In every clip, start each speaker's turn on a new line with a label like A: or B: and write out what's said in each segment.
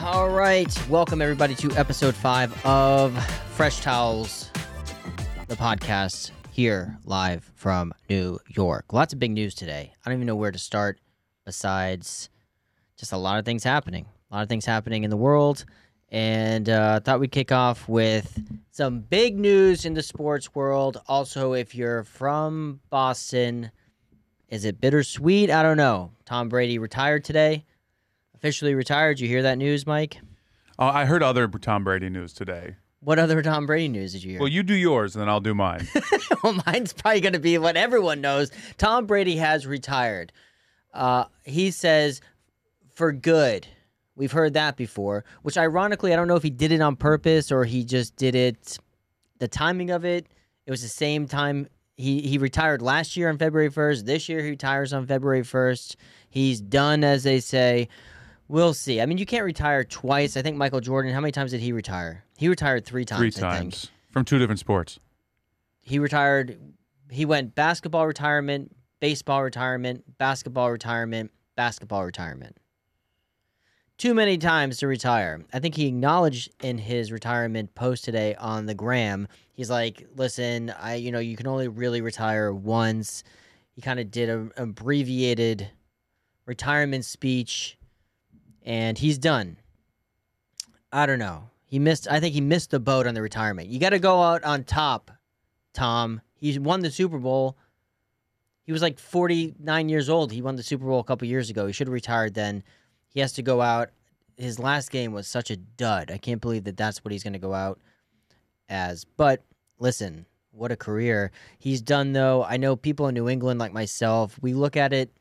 A: All right. Welcome, everybody, to episode five of Fresh Towels, the podcast here live from New York. Lots of big news today. I don't even know where to start besides just a lot of things happening. A lot of things happening in the world. And uh, I thought we'd kick off with some big news in the sports world. Also, if you're from Boston, is it bittersweet? I don't know. Tom Brady retired today, officially retired. You hear that news, Mike?
B: Uh, I heard other Tom Brady news today.
A: What other Tom Brady news did you hear?
B: Well, you do yours, and then I'll do mine.
A: well, mine's probably going to be what everyone knows. Tom Brady has retired. Uh, he says, for good. We've heard that before, which ironically, I don't know if he did it on purpose or he just did it. The timing of it, it was the same time he, he retired last year on February 1st. This year, he retires on February 1st. He's done, as they say. We'll see. I mean, you can't retire twice. I think Michael Jordan, how many times did he retire? He retired three times.
B: Three
A: I think.
B: times from two different sports.
A: he retired he went basketball retirement baseball retirement basketball retirement basketball retirement too many times to retire i think he acknowledged in his retirement post today on the gram he's like listen i you know you can only really retire once he kind of did an abbreviated retirement speech and he's done i don't know he missed i think he missed the boat on the retirement you got to go out on top Tom. He won the Super Bowl. He was like 49 years old. He won the Super Bowl a couple years ago. He should have retired then. He has to go out. His last game was such a dud. I can't believe that that's what he's going to go out as. But listen, what a career he's done, though. I know people in New England, like myself, we look at it.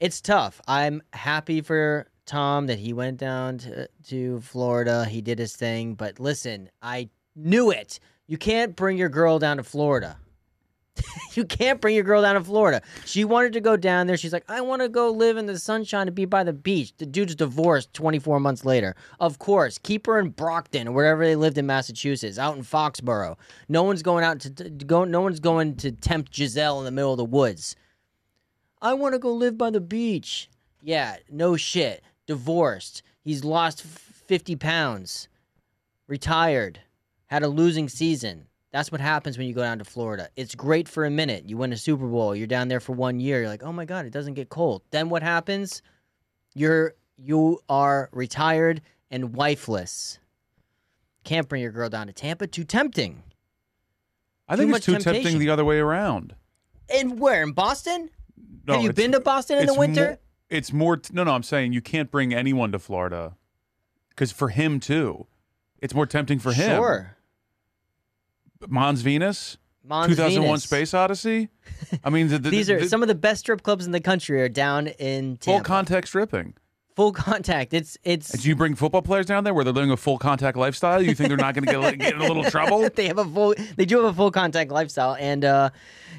A: It's tough. I'm happy for Tom that he went down to, to Florida. He did his thing. But listen, I knew it. You can't bring your girl down to Florida. you can't bring your girl down to Florida. She wanted to go down there. She's like, I want to go live in the sunshine and be by the beach. The dude's divorced 24 months later. Of course, keep her in Brockton or wherever they lived in Massachusetts, out in Foxborough. No one's going out to, to go. No one's going to tempt Giselle in the middle of the woods. I want to go live by the beach. Yeah, no shit. Divorced. He's lost 50 pounds. Retired had a losing season. That's what happens when you go down to Florida. It's great for a minute. You win a Super Bowl. You're down there for one year. You're like, oh my god, it doesn't get cold. Then what happens? You're you are retired and wifeless. Can't bring your girl down to Tampa. Too tempting.
B: I
A: Too
B: think
A: much
B: it's too
A: temptation.
B: tempting the other way around.
A: And where in Boston?
B: No,
A: Have you
B: it's-
A: been to Boston in the
B: it's mo-
A: winter?
B: it's more. T- no, no. I'm saying you can't bring anyone to Florida because for him too, it's more tempting for him.
A: Sure.
B: Mons Venus,
A: Mons
B: 2001:
A: Venus.
B: Space Odyssey. I mean, the, the,
A: These are
B: the-
A: some of the best strip clubs in the country are down in
B: full
A: Tampa.
B: contact stripping.
A: Full contact. It's it's
B: Do you bring football players down there where they're living a full contact lifestyle? You think they're not going to get, get in a little trouble?
A: they have a full they do have a full contact lifestyle and uh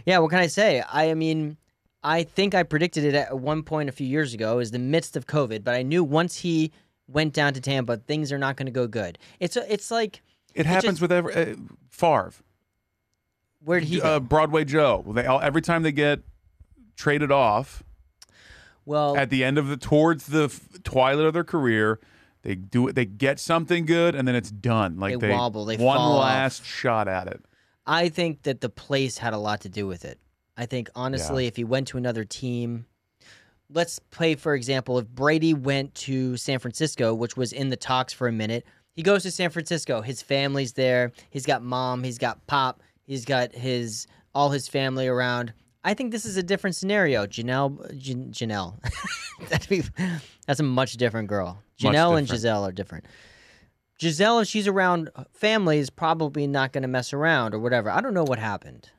A: yeah what can i say i mean i think i predicted it at one point a few years ago is the midst of covid but i knew once he went down to tampa things are not going to go good it's a, it's like
B: It happens
A: just-
B: with every uh, Favre.
A: where did he go?
B: uh, Broadway Joe. They all, every time they get traded off
A: well
B: at the end of the towards the f- twilight of their career, they do it. They get something good, and then it's done. Like
A: They
B: they,
A: wobble, they
B: one
A: fall off.
B: last shot at it.
A: I think that the place had a lot to do with it. I think honestly, if he went to another team, let's play for example, if Brady went to San Francisco, which was in the talks for a minute, he goes to San Francisco. His family's there. He's got mom. He's got pop. He's got his all his family around. I think this is a different scenario. Janelle, Jan- Janelle, That'd be, that's a much different girl. Janelle
B: Much
A: and
B: different.
A: Giselle are different. Giselle, if she's around uh, family, is probably not going to mess around or whatever. I don't know what happened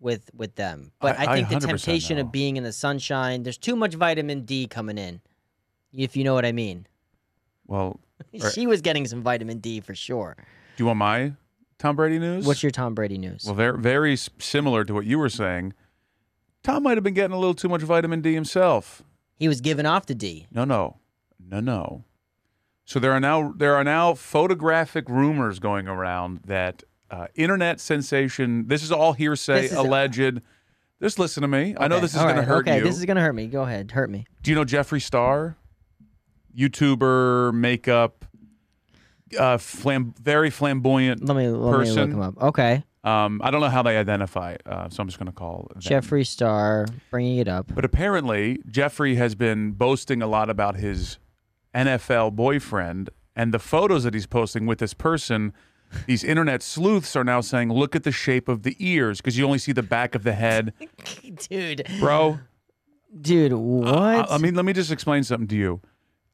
A: with with them, but I,
B: I- I
A: think the
B: 100%
A: temptation
B: know.
A: of being in the sunshine, there's too much vitamin D coming in, if you know what I mean.
B: Well, Right.
A: She was getting some vitamin D for sure.
B: do you want my Tom Brady news?
A: What's your Tom Brady news?
B: well, very very s- similar to what you were saying. Tom might have been getting a little too much vitamin D himself.
A: he was giving off the D.
B: No, no, no, no. So there are now there are now photographic rumors going around that uh, internet sensation. This is all hearsay,
A: This is-
B: alleged. Just listen to me. I know
A: Okay,
B: this is
A: all
B: going
A: right,
B: to hurt
A: okay,
B: you.
A: this is going to hurt me. Go ahead, hurt me.
B: Do you know Jeffree Star? YouTuber, makeup, uh, flam- very flamboyant.
A: Let me let me look
B: Person.
A: him up. Okay,
B: Um, I don't know how they identify, uh, so I'm just going to call them.
A: Jeffree Star bringing it up.
B: But apparently, Jeffrey has been boasting a lot about his NFL boyfriend and the photos that he's posting with this person. These internet sleuths are now saying, look at the shape of the ears because you only see the back of the head.
A: dude,
B: Bro,
A: dude, what?
B: I, I mean, let me just explain something to you.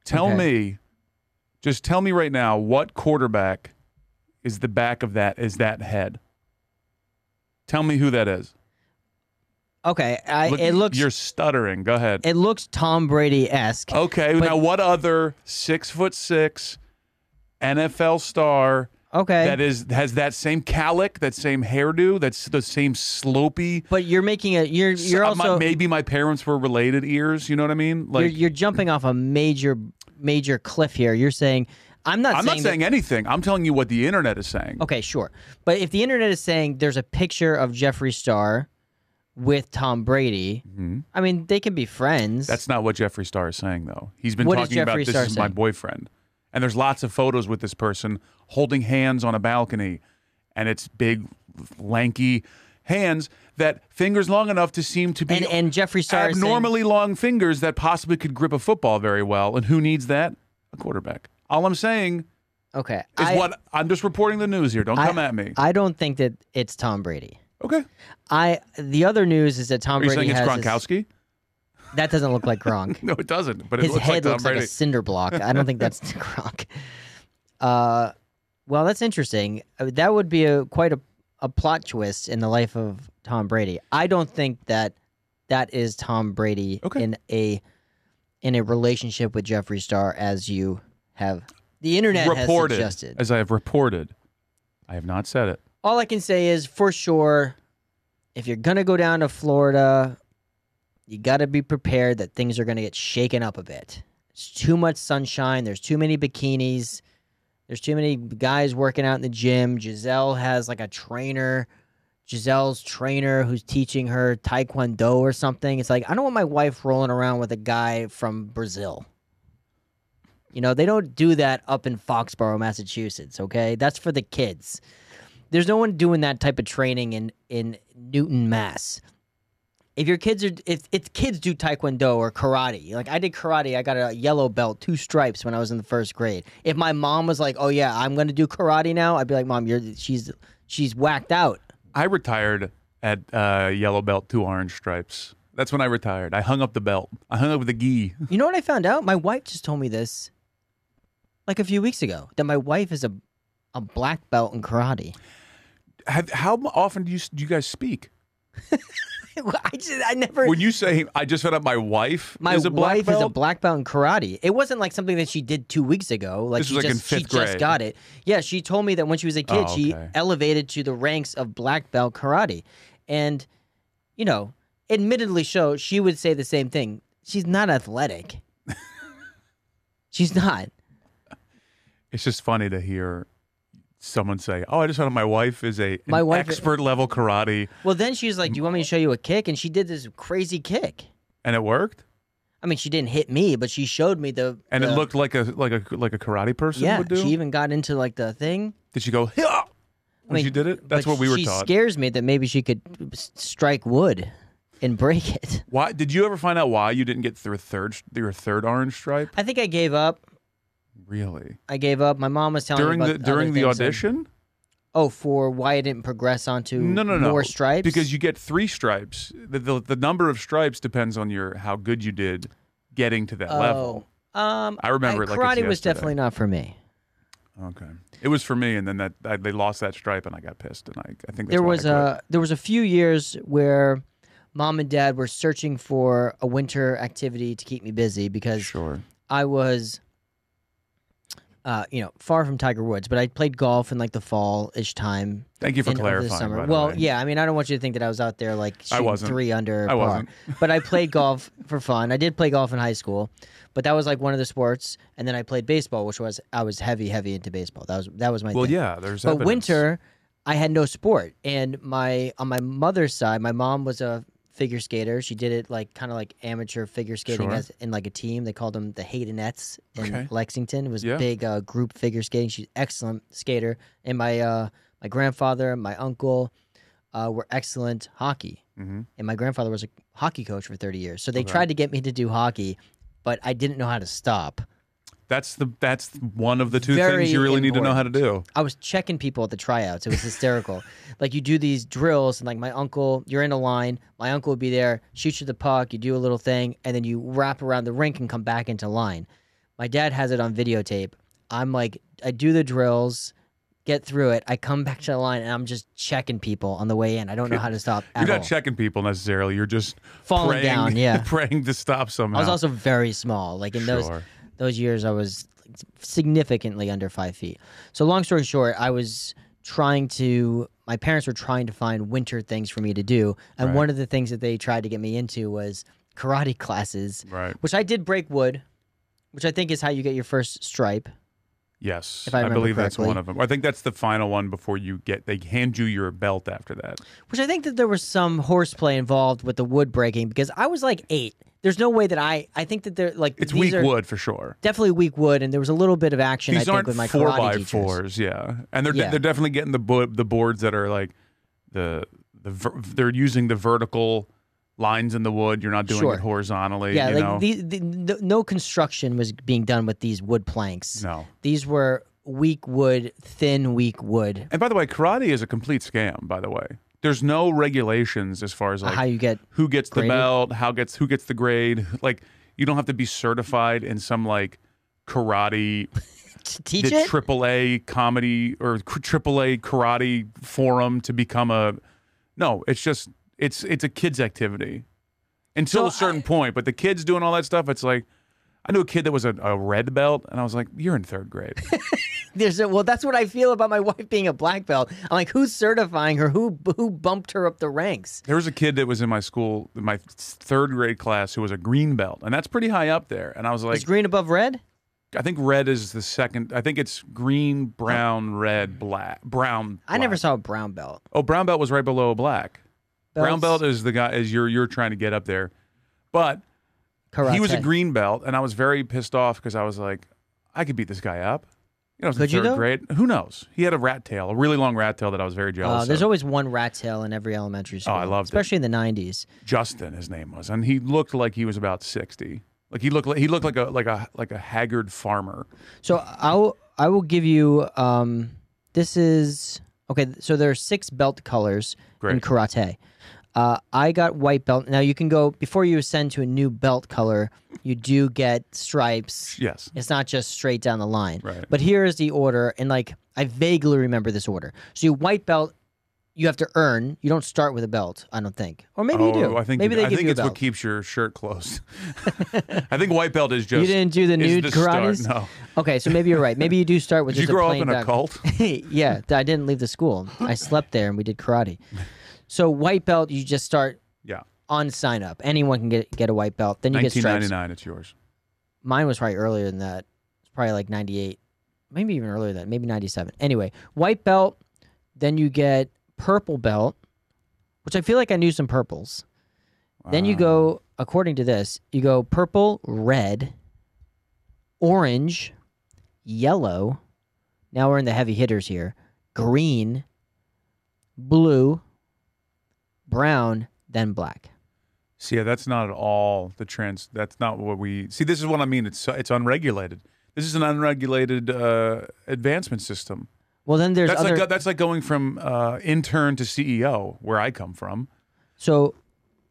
B: Tell
A: Okay.
B: me, just tell me right now, what quarterback is the back of that, is that head? Tell me who that is.
A: okay, I,
B: Look,
A: it looks
B: You're stuttering. Go ahead.
A: it looks Tom Brady esque.
B: Okay,
A: But-
B: now what other six foot six NFL star
A: okay,
B: Oh, that is has that same calic, that same hairdo, that's the same slopey?
A: but you're making a you're you're
B: uh, my-
A: also
B: maybe my parents were related ears. You know what I mean? Like
A: you're, you're jumping off a major major cliff here. You're saying I'm not
B: I'm
A: saying
B: not
A: that-
B: saying anything. I'm telling you what the internet is saying.
A: Okay, sure. But if the internet is saying there's a picture of Jeffree Star with Tom Brady, I mean, they can be friends.
B: Mm-hmm. That's not what Jeffree Star is saying though. He's been
A: What is
B: talking about
A: Jeffree
B: this
A: Star
B: is my
A: saying?
B: boyfriend, and there's lots of photos with this person holding hands on a balcony, and it's big, lanky hands that fingers long enough to seem to be
A: and and Jeffree Star is saying-
B: abnormally long fingers that possibly could grip a football very well. And who needs that? A quarterback. All I'm saying
A: okay,
B: is
A: I,
B: what I'm just reporting the news here. Don't
A: I-
B: come at me.
A: I don't think that it's Tom Brady.
B: okay.
A: I the other news is that Tom
B: Are you
A: Brady
B: saying it's
A: has his-
B: Gronkowski?
A: that doesn't look like Gronk.
B: No, it doesn't. But it
A: His
B: looks
A: head
B: like Tom
A: looks
B: Brady.
A: like a cinder block. I don't think that's Gronk. Uh, well, that's interesting. Uh, That would be a quite a, a plot twist in the life of Tom Brady. I don't think that that is Tom Brady
B: Okay.
A: in a in a relationship with Jeffree Star as you have the internet
B: reported,
A: has suggested.
B: as I have reported. I have not said it.
A: All I can say is for sure, if you're gonna go down to Florida, you gotta be prepared that things are gonna get shaken up a bit. It's too much sunshine, there's too many bikinis, there's too many guys working out in the gym. Giselle has like a trainer, Giselle's trainer who's teaching her taekwondo or something. It's like I don't want my wife rolling around with a guy from Brazil. You know, they don't do that up in Foxborough, Massachusetts, okay? That's for the kids there's no one doing that type of training in in Newton, Mass. If your kids are if if kids do taekwondo or karate, like I did karate, I got a yellow belt, two stripes when I was in the first grade. If my mom was like, "Oh yeah, I'm going to do karate now," I'd be like, "Mom, you're she's she's whacked out."
B: I retired at uh, yellow belt, two orange stripes. That's when I retired. I hung up the belt. I hung up the gi.
A: You know what I found out? My wife just told me this like a few weeks ago that my wife is a a black belt in karate.
B: Have, how often do you do you guys speak?
A: I just I never
B: When you say I just found out my wife
A: My
B: is a black
A: wife is a
B: belt,
A: black belt in karate. It wasn't like something that she did two weeks ago. Like
B: This
A: she
B: was, like, in
A: just she
B: fifth
A: just
B: grade.
A: got it. Yeah, she told me that when she was a kid,
B: Oh,
A: she
B: okay.
A: elevated to the ranks of black belt karate, and you know, admittedly, so she would say the same thing. She's not athletic. She's not.
B: It's just funny to hear someone say, "Oh, I just found out my wife is a
A: My
B: an
A: wife-
B: expert level karate,"
A: Well, then she's like, "Do you want me to show you a kick?" And she did this crazy kick.
B: and it worked,
A: I mean, she didn't hit me, but she showed me the
B: and
A: the-
B: it looked like a like a like a karate person
A: Yeah,
B: would do.
A: she even got into like the thing.
B: Did she go? "Hyah!" When
A: mean,
B: she did it, that's
A: but
B: what we were
A: she
B: taught.
A: scares me that maybe she could s- strike wood and break it.
B: Why did you ever find out why you didn't get your third your third orange stripe?
A: I think I gave up.
B: Really?
A: I gave up. My mom was telling
B: During
A: me
B: the
A: about
B: during
A: other
B: the
A: things that-
B: audition?
A: oh, for why I didn't progress onto
B: No, no, no.
A: more stripes
B: Because you get three stripes. The, the the number of stripes depends on your how good you did getting to that
A: oh,
B: level.
A: Um,
B: I remember it
A: karate
B: like it's
A: was
B: yesterday.
A: definitely not for me.
B: Okay. It was for me, and then that I, they lost that stripe, and I got pissed, and I, I think that's
A: there
B: when I
A: was
B: quit.
A: a there was a few years where mom and dad were searching for a winter activity to keep me busy because
B: sure.
A: I was, uh, you know, far from Tiger Woods, but I played golf in like the fall ish time.
B: Thank you for
A: and over the
B: clarifying.
A: summer.
B: by the
A: well,
B: way.
A: yeah, I mean, I don't want you to think that I was out there like shooting
B: wasn't.
A: three under.
B: I
A: par.
B: wasn't.
A: but I played golf for fun. I did play golf in high school, but that was like one of the sports. And then I played baseball, which was I was heavy, heavy into baseball. That was that was my
B: Well,
A: thing.
B: yeah. There's
A: But
B: evidence.
A: winter, I had no sport, and my on my mother's side, my mom was a figure skater. She did it like kind of like amateur figure skating
B: Sure.
A: as in like a team. They called them the Haydenettes in
B: Okay.
A: Lexington. It was
B: Yeah.
A: big uh, group figure skating. She's excellent skater, and my uh, my grandfather, my uncle, uh, were excellent hockey.
B: Mm-hmm.
A: And my grandfather was a hockey coach for thirty years, so they
B: Okay.
A: tried to get me to do hockey, but I didn't know how to stop.
B: That's the that's one of the two
A: Very
B: things you really need to know how to do.
A: I was checking people at the tryouts. It was hysterical. like you do these drills, and like my uncle, you're in a line. My uncle would be there, shoot you the puck, you do a little thing, and then you wrap around the rink and come back into line. My dad has it on videotape. I'm like, I do the drills, get through it. I come back to the line, and I'm just checking people on the way in. I don't know how to stop at
B: You're not
A: all.
B: checking people necessarily. You're just
A: Falling
B: praying,
A: down, yeah.
B: praying to stop somehow.
A: I was also very small. Like in those
B: Sure.
A: those years, I was significantly under five feet. So long story short, I was trying to. My parents were trying to find winter things for me to do, and
B: Right.
A: one of the things that they tried to get me into was karate classes,
B: right.
A: which I did break wood, which I think is how you get your first stripe.
B: Yes,
A: If I remember
B: believe that's
A: correctly.
B: one of them. I think that's the final one before you get they hand you your belt after that.
A: Which I think that there was some horseplay involved with the wood breaking because I was like eight. There's no way that I. I think that they're like
B: It's
A: these
B: weak
A: are
B: wood for sure.
A: Definitely weak wood, and there was a little bit of action.
B: These
A: I think
B: aren't
A: with my
B: four
A: karate
B: by
A: teachers.
B: fours, yeah, and they're de-
A: Yeah.
B: they're definitely getting the bo- the boards that are like the the ver- they're using the vertical lines in the wood. You're not doing
A: Sure.
B: it horizontally.
A: Yeah,
B: you know?
A: like these, the, no- no construction was being done with these wood planks.
B: no.
A: These were weak wood, thin weak wood.
B: And by the way, karate is a complete scam. By the way, there's no regulations as far as like
A: Uh, how you get
B: who gets
A: Graded?
B: the belt, how gets who gets the grade. Like you don't have to be certified in some like karate
A: to teach
B: the
A: it?
B: triple A comedy or triple A karate forum to become a no. It's just it's it's a kids activity until
A: So
B: a certain point. But the kids doing all that stuff, it's like I knew a kid that was a, a red belt, and I was like, "You're in third grade."
A: There's a, well, that's what I feel about my wife being a black belt. I'm like, who's certifying her? Who who bumped her up the ranks?
B: there was a kid that was in my school, in my third grade class, who was a green belt, and that's pretty high up there. And I was like,
A: Is green above red?
B: I think red is the second. I think it's green, brown, red, black, brown.
A: I never
B: black.
A: saw a brown belt.
B: Oh, brown belt was right below black. Brown
A: Belts,
B: belt is the guy is you're you're trying to get up there, but
A: Karate.
B: he was a green belt, and I was very pissed off because I was like, I could beat this guy up. You know, I was in
A: Could you,
B: third
A: though?
B: grade. Who knows? He had a rat tail, a really long rat tail that I was very
A: Uh,
B: jealous
A: there's
B: of.
A: always one rat tail in every elementary school.
B: Oh, I loved it.
A: especially in the '90s.
B: Justin, his name was, and he looked like he was about sixty. Like he looked like he looked like a like a like a haggard farmer.
A: So I'll I will give you um this is okay, so there are six belt colors in
B: Great.
A: karate. Uh, I got white belt. Now you can go before you ascend to a new belt color, you do get stripes.
B: Yes,
A: It's not just straight down the line.
B: Right.
A: But here is the order and like I vaguely remember this order. So you white belt you have to earn. You don't start with a belt, I don't think. Or maybe you
B: Oh,
A: do.
B: I think
A: maybe they
B: I
A: give
B: think
A: you a
B: it's what
A: belt.
B: keeps your shirt closed. I think white belt is just
A: you didn't do the
B: is
A: nude
B: the
A: karates?
B: start. No,
A: Okay, so maybe you're right. Maybe you do start with
B: did you
A: just a
B: grow up
A: plain
B: in a
A: back-
B: cult?
A: yeah, th- I didn't leave the school. I slept there and we did karate. So white belt, you just start
B: Yeah,
A: on sign up. Anyone can get get a white belt. Then you get
B: nineteen ninety
A: stripes.
B: nine. It's yours.
A: Mine was probably earlier than that. It's probably like ninety eight, maybe even earlier than that, maybe ninety seven. Anyway, white belt. Then you get purple belt, which I feel like I knew some purples. Then you
B: Wow.
A: go according to this. You go purple, red, orange, yellow. Now we're in the heavy hitters here. Green, blue, brown, then black.
B: See, yeah, that's not at all the trans. That's not what we see. This is what I mean. It's it's unregulated. This is an unregulated uh, advancement system.
A: Well, then there's
B: that's
A: other.
B: like that's like going from uh, intern to CEO, where I come from.
A: so,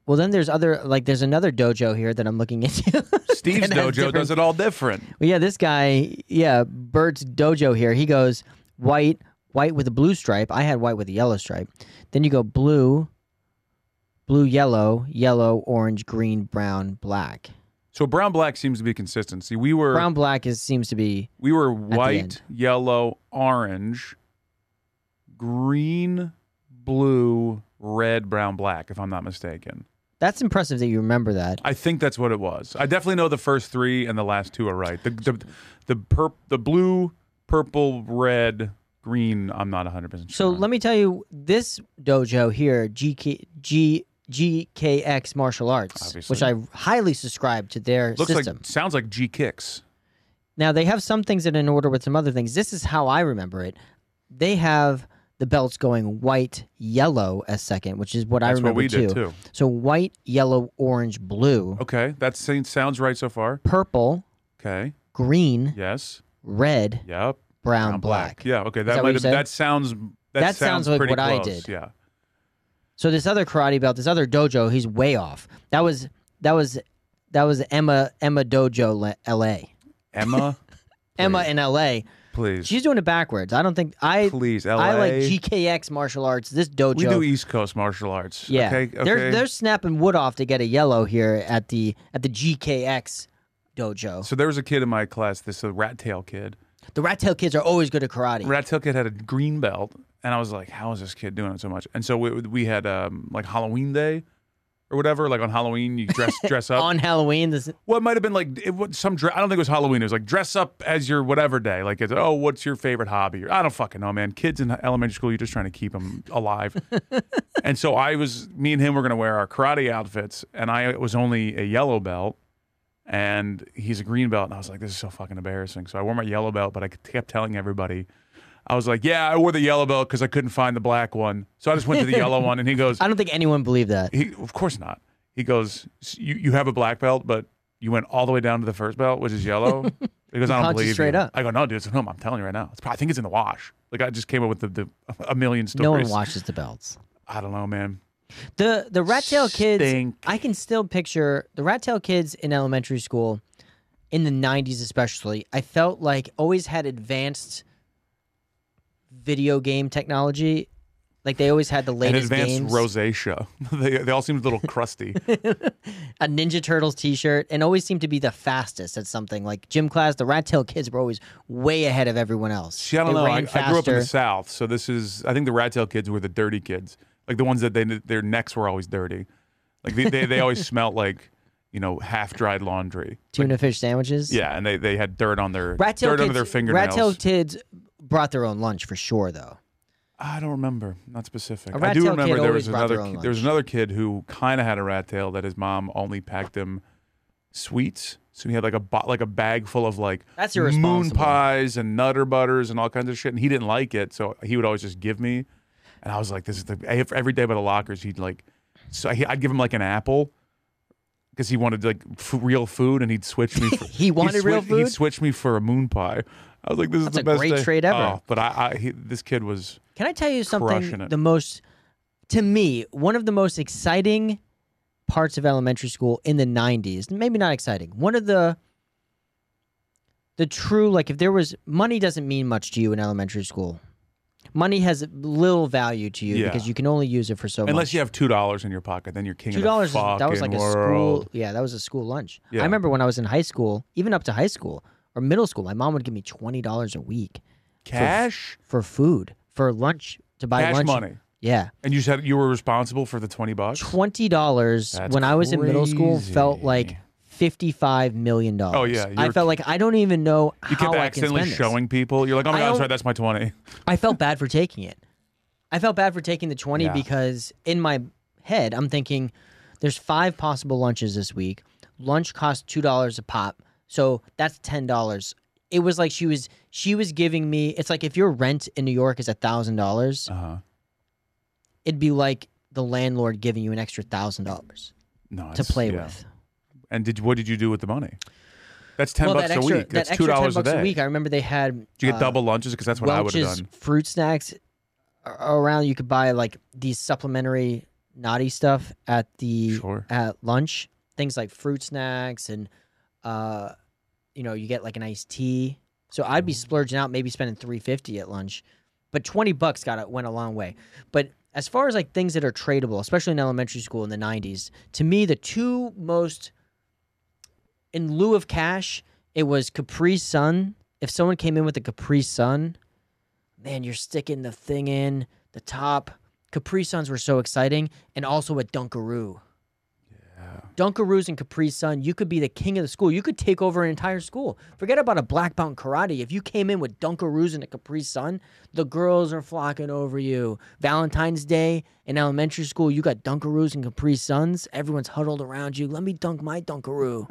A: well, then there's other. Like there's another dojo here that I'm looking into.
B: Steve's
A: And that's
B: dojo
A: different.
B: does it all different.
A: Well, yeah, this guy, yeah, Bert's dojo here. He goes white, white with a blue stripe. I had white with a yellow stripe. Then you go blue, blue, yellow, yellow, orange, green, brown, black.
B: So brown black seems to be consistent. See, we were
A: Brown, black is seems to be
B: we were
A: the
B: white, yellow, orange, green, blue, red, brown, black. If I'm not mistaken,
A: that's impressive that you remember that.
B: I think that's what it was. I definitely know the first three and the last two are right. The the the, purp the blue, purple, red, green. I'm not 100 percent
A: So
B: sure. on.
A: let me tell you, this dojo here, GK, G, GKX Martial Arts,
B: Obviously.
A: which I highly subscribe to their
B: Looks
A: system.
B: like sounds like G kicks.
A: Now they have some things in an order with some other things. This is how I remember it. They have the belts going white, yellow as second, which is what I
B: That's what
A: remember
B: we
A: too.
B: did too.
A: So white, yellow, orange, blue,
B: Okay, that se- sounds right so far.
A: purple,
B: Okay,
A: green,
B: yes,
A: red,
B: yep,
A: brown,
B: I'm
A: black.
B: Yeah, okay,
A: that
B: that
A: what
B: might
A: you
B: have,
A: said?
B: that sounds that,
A: That sounds like
B: pretty
A: what I
B: close.
A: did.
B: Yeah,
A: So this other karate belt, this other dojo, he's way off. That was that was that was Emma Emma Dojo Le- L.A.
B: Emma,
A: Emma
B: Please.
A: in L.A.
B: please,
A: She's doing it backwards. I don't think I
B: please, LA.
A: I like GKX martial arts. This dojo.
B: we do East Coast martial arts.
A: Yeah,
B: okay, okay.
A: they're they're snapping wood off to get a yellow here at the at the GKX dojo.
B: so there was a kid in my class, this uh, rat tail kid.
A: The rat tail kids are always good at karate.
B: Rat tail kid had a green belt, and I was like, "How is this kid doing it so much?" And so we, we had um, like Halloween day or whatever. Like on Halloween, you dress dress up.
A: On Halloween, this
B: Well, it might have been like it was some. Dre- I don't think it was Halloween. It was like dress up as your whatever day. Like, it's, oh, what's your favorite hobby? Or, I don't fucking know, man. Kids in elementary school, you're just trying to keep them alive. and so I was, me and him were going to wear our karate outfits, and I was only a yellow belt, and he's a green belt, and I was like, this is so fucking embarrassing. So I wore my yellow belt, but I kept telling everybody, I was like, yeah, I wore the yellow belt because I couldn't find the black one, so I just went to the yellow one, and he goes,
A: I don't think anyone believed that.
B: he, of course not. He goes, "S- you, you have a black belt, but you went all the way down to the first belt, which is yellow. He goes,
A: punched
B: I don't
A: you
B: believe
A: straight
B: you.
A: up.
B: I go, no, dude, it's at home. I'm telling you right now. It's probably, I think it's in the wash. Like I just came up with the, the a million stories.
A: No one watches the belts.
B: I don't know, man.
A: The the rat tail kids.
B: Stink.
A: I can still picture the rat tail kids in elementary school, in the '90s especially. I felt like always had advanced video game technology. Like they always had the
B: An
A: latest
B: advanced
A: games.
B: rosacea. they, they all seemed a little crusty.
A: a Ninja Turtles T-shirt, and always seemed to be the fastest at something. Like gym class, the Rat Tail kids were always way ahead of everyone else.
B: See, I don't
A: they
B: know. I,
A: Ran
B: I grew up in
A: faster.
B: the South, so this is. I think the rat tail kids were the dirty kids, like the ones that they their necks were always dirty, like they they, they always smelt like you know half dried laundry.
A: tuna fish sandwiches.
B: Yeah, and they, they had dirt on their
A: Rat Tail
B: dirt
A: kids.
B: under their fingernails.
A: Rat Tail kids brought their own lunch for sure, though.
B: I don't remember, not specific.
A: A
B: I
A: rat
B: do
A: tail
B: remember
A: kid
B: there
A: always
B: was
A: brought their
B: another
A: own
B: ki- there was
A: lunch.
B: another kid who kind of had a rat tail that his mom only packed him sweets. So he had like a bo- like a bag full of like
A: That's
B: moon
A: irresponsible.
B: pies and nutter butters and all kinds of shit, and he didn't like it, so he would always just give me. And I was like, this is the ev- every day by the lockers. He'd like, so he, I'd give him like an apple because he wanted like f- real food, and he'd switch me. For,
A: He wanted real
B: He
A: food?
B: switched me for a moon pie. I was like, this is
A: That's
B: the
A: a
B: best
A: great
B: day.
A: trade ever.
B: Oh, but I, I he, this kid was.
A: Can I tell you
B: Crushing
A: something?
B: it.
A: The most, to me, one of the most exciting parts of elementary school in the '90s. Maybe not exciting. One of the the true like if there was money doesn't mean much to you in elementary school. Money has little value to you
B: Yeah.
A: because you can only use it for so
B: Unless
A: much.
B: you have two dollars in your pocket, then you're king
A: Two
B: of the
A: dollars
B: fucking
A: that was like a
B: world.
A: school yeah, that was a school lunch.
B: Yeah.
A: I remember when I was in high school, even up to high school or middle school, my mom would give me twenty dollars a week
B: Cash,
A: for food, for lunch to buy
B: cash
A: lunch.
B: money,
A: Yeah.
B: and you said you were responsible for the twenty bucks.
A: twenty dollars
B: That's
A: when I was in middle school felt
B: crazy.
A: like fifty-five million dollars.
B: Oh, yeah, you
A: I
B: were-
A: felt like I don't even know
B: You
A: how
B: kept
A: I can
B: accidentally
A: spend this.
B: showing people. You're like, oh my
A: I
B: god,
A: don't-
B: sorry, that's my twenty.
A: I felt bad for taking it. I felt bad for taking the twenty
B: Yeah.
A: because in my head I'm thinking, there's five possible lunches this week. Lunch costs two dollars a pop, so that's ten dollars. It was like she was she was giving me. It's like if your rent in New York is a thousand dollars,
B: Uh-huh.
A: it'd be like the landlord giving you an extra thousand dollars
B: No,
A: to
B: it's-
A: play
B: yeah.
A: with.
B: And did what did you do with the money? That's ten bucks
A: that
B: a
A: extra,
B: week.
A: that
B: That's
A: extra
B: two dollars
A: 10
B: a
A: bucks
B: day.
A: week. I remember they had.
B: Did you get
A: uh,
B: double lunches? Because that's what I would have
A: Welch's
B: done.
A: fruit snacks a- around. You could buy like these supplementary naughty stuff at the
B: Sure.
A: at lunch. Things like fruit snacks and, uh, you know, you get like an iced tea. So I'd be splurging out, maybe spending three fifty at lunch, but twenty bucks got it went a long way. But as far as like things that are tradable, especially in elementary school in the nineties, to me the two most in lieu of cash, it was Capri Sun. If someone came in with a Capri Sun, man, you're sticking the thing in the top. Capri Suns were so exciting, and also a Dunkaroo. Yeah. Dunkaroos and Capri Sun, you could be the king of the school. You could take over an entire school. Forget about a black belt in karate. If you came in with Dunkaroos and a Capri Sun, the girls are flocking over you. Valentine's Day in elementary school, you got Dunkaroos and Capri Suns. Everyone's huddled around you. Let me dunk my Dunkaroo.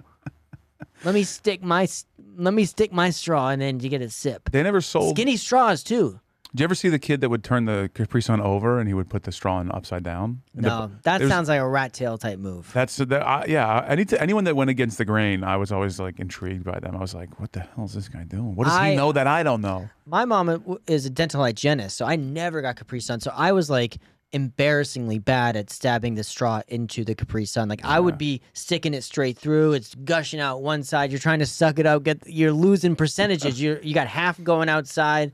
A: let me stick my s- let me stick my straw, and then you get a sip.
B: They never sold.
A: Skinny straws too.
B: Did you ever see the kid that would turn the Capri Sun over and he would put the straw in upside down? And the-
A: No, that
B: there's-
A: sounds like a rat tail type move.
B: That's uh, that. I, yeah. Any anyone that went against the grain, I was always like intrigued by them. I was like, what the hell is this guy doing? What does
A: I- uh,
B: he know that I don't know?
A: my mom i- is a dental hygienist, so I never got Capri Sun. So I was like embarrassingly bad at stabbing the straw into the Capri Sun. Like I would be sticking it straight through. It's gushing out one side. You're trying to suck it out. Get you're losing percentages. you you got half going outside,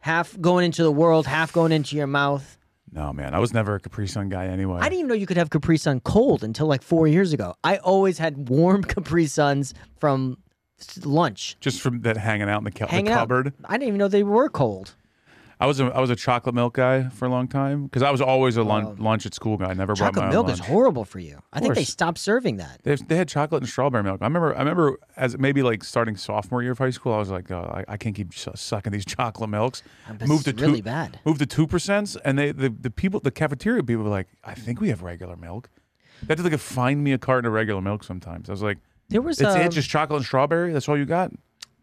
A: half going into the world, half going into your mouth.
B: No, man. I was never a Capri Sun guy anyway.
A: I didn't even know you could have Capri Sun cold until like four years ago. I always had warm Capri Suns from s- lunch.
B: Just from that hanging out in the, cu- the
A: Hanging out.
B: cupboard.
A: I didn't even know they were cold.
B: I was a, I was a chocolate milk guy for a long time because I was always a lun- lunch at school guy. I never brought my
A: Chocolate
B: own
A: milk
B: lunch.
A: is horrible for you. I think they
B: course.
A: stopped serving that.
B: They, they had chocolate and strawberry milk. I remember. I remember as maybe like starting sophomore year of high school, I was like, oh, I, I can't keep su- sucking these chocolate milks.
A: bet it's Oh, really bad.
B: Moved to two percent, and they the, the people the cafeteria people were like, I think we have regular milk. They had to like find me a carton of regular milk sometimes. I was like,
A: There was
B: it's
A: um,
B: it, just chocolate and strawberry. That's all you got.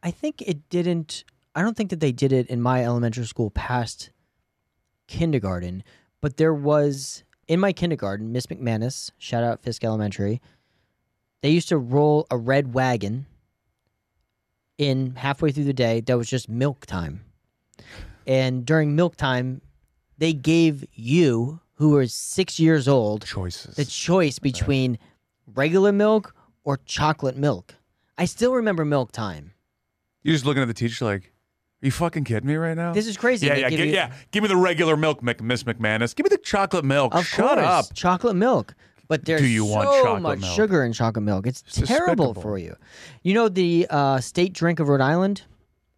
A: I think it didn't. I don't think that they did it in my elementary school past kindergarten, but there was in my kindergarten, Miss McManus, shout out Fisk Elementary. They used to roll a red wagon in halfway through the day that was just milk time. And during milk time, they gave you, who were six years old,
B: Choices.
A: the choice between regular milk or chocolate milk. I still remember milk time.
B: You're just looking at the teacher like, are you fucking kidding me right now?
A: This is crazy.
B: yeah,
A: They
B: yeah,
A: give
B: gi-
A: you-
B: yeah. Give me the regular milk, Mc- Miss McManus. Give me the chocolate milk.
A: Of
B: Shut
A: course,
B: up.
A: chocolate milk. But there's
B: Do you
A: so
B: want chocolate
A: much
B: milk?
A: sugar in chocolate milk. It's,
B: It's
A: terrible
B: despicable.
A: for you. You know the uh, state drink of Rhode Island?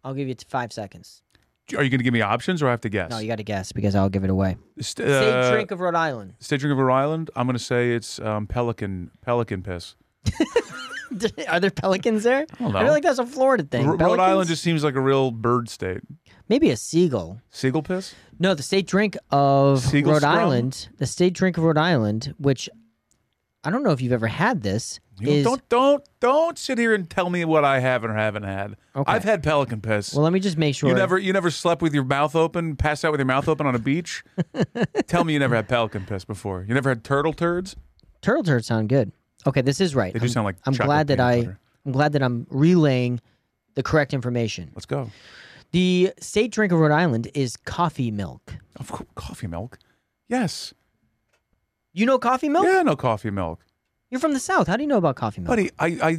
A: I'll give you t- five seconds.
B: Are you going to give me options or I have to guess?
A: No, you got to guess because I'll give it away. State
B: St- uh,
A: drink of Rhode Island.
B: State drink of Rhode Island. I'm going to say it's um, pelican pelican piss.
A: Are there pelicans there? I,
B: don't
A: feel
B: know.
A: like that's a Florida thing.
B: R- Rhode Island
A: Pelicans?
B: just seems like a real bird state.
A: maybe a seagull.
B: Seagull piss.
A: No, the state drink of
B: Seagull
A: Rhode
B: scrum?
A: Island, the state drink of Rhode Island, which I don't know if you've ever had this,
B: You
A: is-
B: don't don't don't sit here and tell me what I have and haven't had.
A: Okay.
B: I've had pelican piss.
A: well, let me just make sure.
B: you never you never slept with your mouth open, passed out with your mouth open on a beach. tell me you never had pelican piss before. You never had turtle turds.
A: Turtle turds sound good. Okay, this is right.
B: They do sound like
A: I'm
B: chocolate
A: glad that
B: peanut
A: I
B: butter.
A: I'm glad that I'm relaying the correct information.
B: Let's go.
A: The state drink of Rhode Island is coffee milk.
B: Of co- Oh, coffee milk. Yes.
A: You know coffee milk?
B: Yeah, no coffee milk.
A: You're from the South. How do you know about coffee milk?
B: Buddy, I, I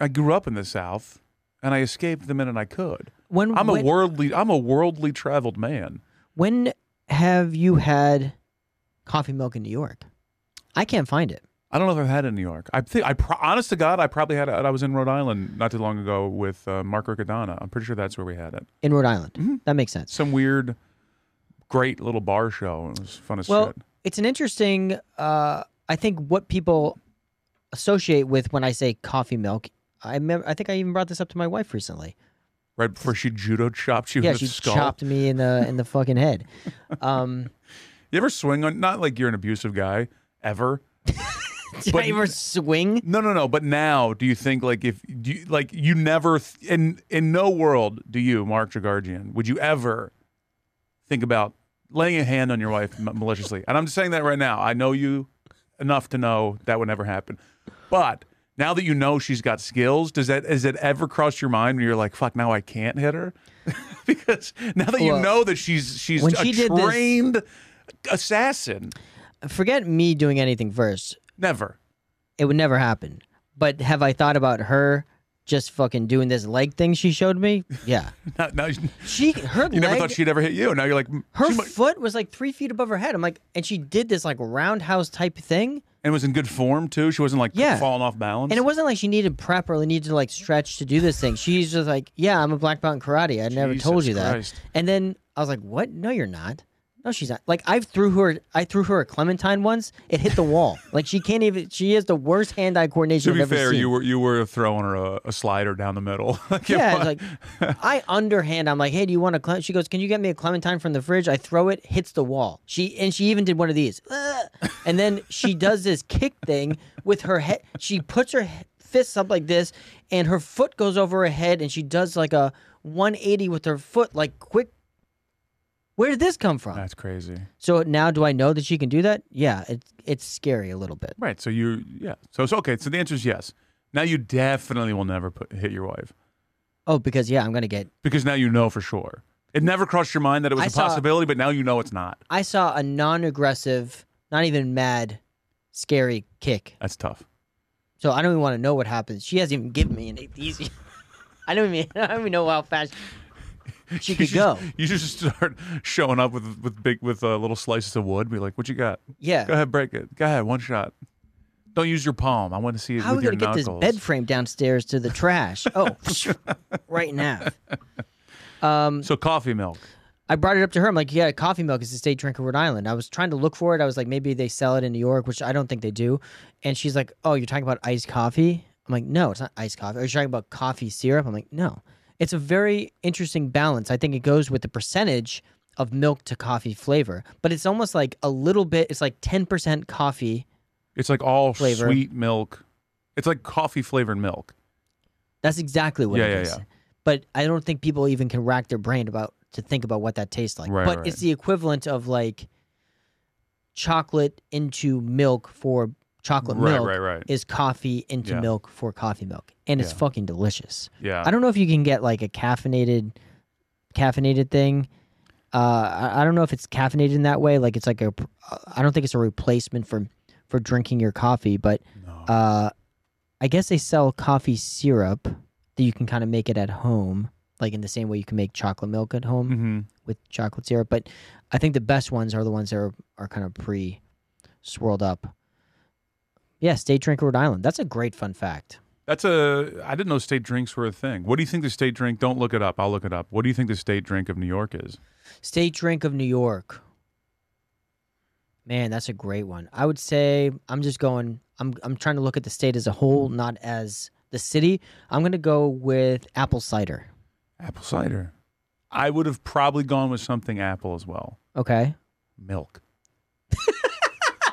B: I grew up in the South and I escaped the minute I could.
A: when
B: I'm a
A: when,
B: worldly I'm a worldly traveled man.
A: when have you had coffee milk in New York? I can't find it.
B: I don't know if I've had it in New York. I think I pro- honest to God, I probably had it. I was in Rhode Island not too long ago with uh, Mark Riccadonna. I'm pretty sure that's where we had it.
A: In Rhode Island.
B: Mm-hmm.
A: That makes sense.
B: Some weird, great little bar show. It was fun as
A: Well,
B: shit.
A: it's an interesting. Uh, I think what people associate with when I say coffee milk. I remem- I think I even brought this up to my wife recently.
B: Right before she judo chopped you
A: Yeah,
B: in the
A: she
B: skull.
A: chopped me in the in the fucking head. Um,
B: You ever swing on? Not like you're an abusive guy ever.
A: did
B: But-
A: I ever swing?
B: No, no, no. But now, do you think like if do you, like you never th- in in no world do you, Mark Jagardian, would you ever think about laying a hand on your wife ma- maliciously? And I'm just saying that right now. I know you enough to know that would never happen. But now that you know she's got skills, does that is it ever cross your mind when you're like, fuck, now I can't hit her? because now that you
A: Well,
B: know that she's she's
A: when
B: a
A: she did this-
B: trained assassin,
A: Forget me doing anything first.
B: never.
A: It would never happen. But have I thought about her just fucking doing this leg thing she showed me? Yeah,
B: Now, now you
A: she her
B: you never
A: leg,
B: thought she'd ever hit you. Now you're like, "Mm,
A: her
B: she mu-
A: foot was like three feet above her head. I'm like, and she did this like roundhouse type thing.
B: and was in good form too. She wasn't like
A: Yeah.
B: falling off balance.
A: And it wasn't like she needed prep or needed to like stretch to do this thing. She's just like, yeah, I'm a black belt in karate. I never
B: Jesus
A: told you that.
B: Christ.
A: And then I was like, what? No, you're not. No, she's not. Like I threw her, I threw her a clementine once. It hit the wall. like she can't even. She has the worst hand-eye coordination
B: To
A: I've
B: be
A: ever
B: fair,
A: seen.
B: you were you were throwing her a, a slider down the middle. Like, it
A: yeah,
B: was-
A: it's like I underhand. I'm like, hey, do you want a? Cle-? She goes, can you get me a clementine from the fridge? I throw it, hits the wall. She and she even did one of these, Ugh. and then she does this kick thing with her head. She puts her he- fists up like this, and her foot goes over her head, and she does like a 180 with her foot, like quick. Where did this come from?
B: that's crazy.
A: So now, do I know that she can do that? Yeah, it's it's scary a little bit.
B: Right. So you yeah. So it's okay. So the answer is yes. Now you definitely will never put, hit your wife
A: Oh, because yeah, I'm gonna get.
B: because now you know for sure. It never crossed your mind that it was
A: I
B: a
A: saw-
B: possibility, but now you know it's not.
A: I saw a non-aggressive, not even mad, scary kick.
B: That's tough.
A: So I don't even want to know what happens. She hasn't even given me an easy. I don't even I don't even know how fast she
B: You
A: could
B: should,
A: go.
B: You should just start showing up with with big with uh, little slices of wood. Be like, "What you got? Go
A: Yeah.
B: ahead, break it. Go ahead, one shot. Don't use your palm. I want to see it
A: How are we
B: with your
A: gonna get this
B: knuckles."
A: bed frame downstairs to the trash? Oh, right now.
B: so coffee milk.
A: I brought it up to her. I'm like, yeah, coffee milk is a state drink in Rhode Island. I was trying to look for it. I was like, maybe they sell it in New York, which I don't think they do. And she's like, oh, you're talking about iced coffee? I'm like, no, it's not iced coffee. Are you talking about coffee syrup? I'm like, no. It's a very interesting balance. I think it goes with the percentage of milk to coffee flavor, but it's almost like a little bit, it's like 10% coffee.
B: It's like all
A: Flavor.
B: sweet milk. It's like coffee flavored milk.
A: That's exactly what
B: Yeah,
A: it
B: yeah,
A: is.
B: yeah.
A: But I don't think people even can rack their brain about to think about what that tastes like.
B: Right,
A: but
B: right.
A: it's the equivalent of like chocolate into milk for chocolate
B: Right,
A: milk
B: right, right.
A: is coffee into
B: Yeah.
A: milk for coffee milk. And it's
B: Yeah.
A: fucking delicious.
B: Yeah.
A: I don't know if you can get like a caffeinated caffeinated thing. Uh, I, I don't know if it's caffeinated in that way. Like it's like a, pr- I don't think it's a replacement for for drinking your coffee. But
B: No.
A: uh, I guess they sell coffee syrup that you can kind of make it at home, like in the same way you can make chocolate milk at home
B: hmm
A: with chocolate syrup. But I think the best ones are the ones that are, are kind of pre swirled up. Yeah, state drink Rhode Island. That's a great fun fact.
B: That's a. I didn't know state drinks were a thing. What do you think the state drink? Don't look it up. I'll look it up. What do you think the state drink of New York is?
A: State drink of New York. Man, that's a great one. I would say I'm just going. I'm I'm trying to look at the state as a whole, not as the city. I'm gonna go with apple cider.
B: Apple cider. I would have probably gone with something apple as well.
A: Okay.
B: Milk.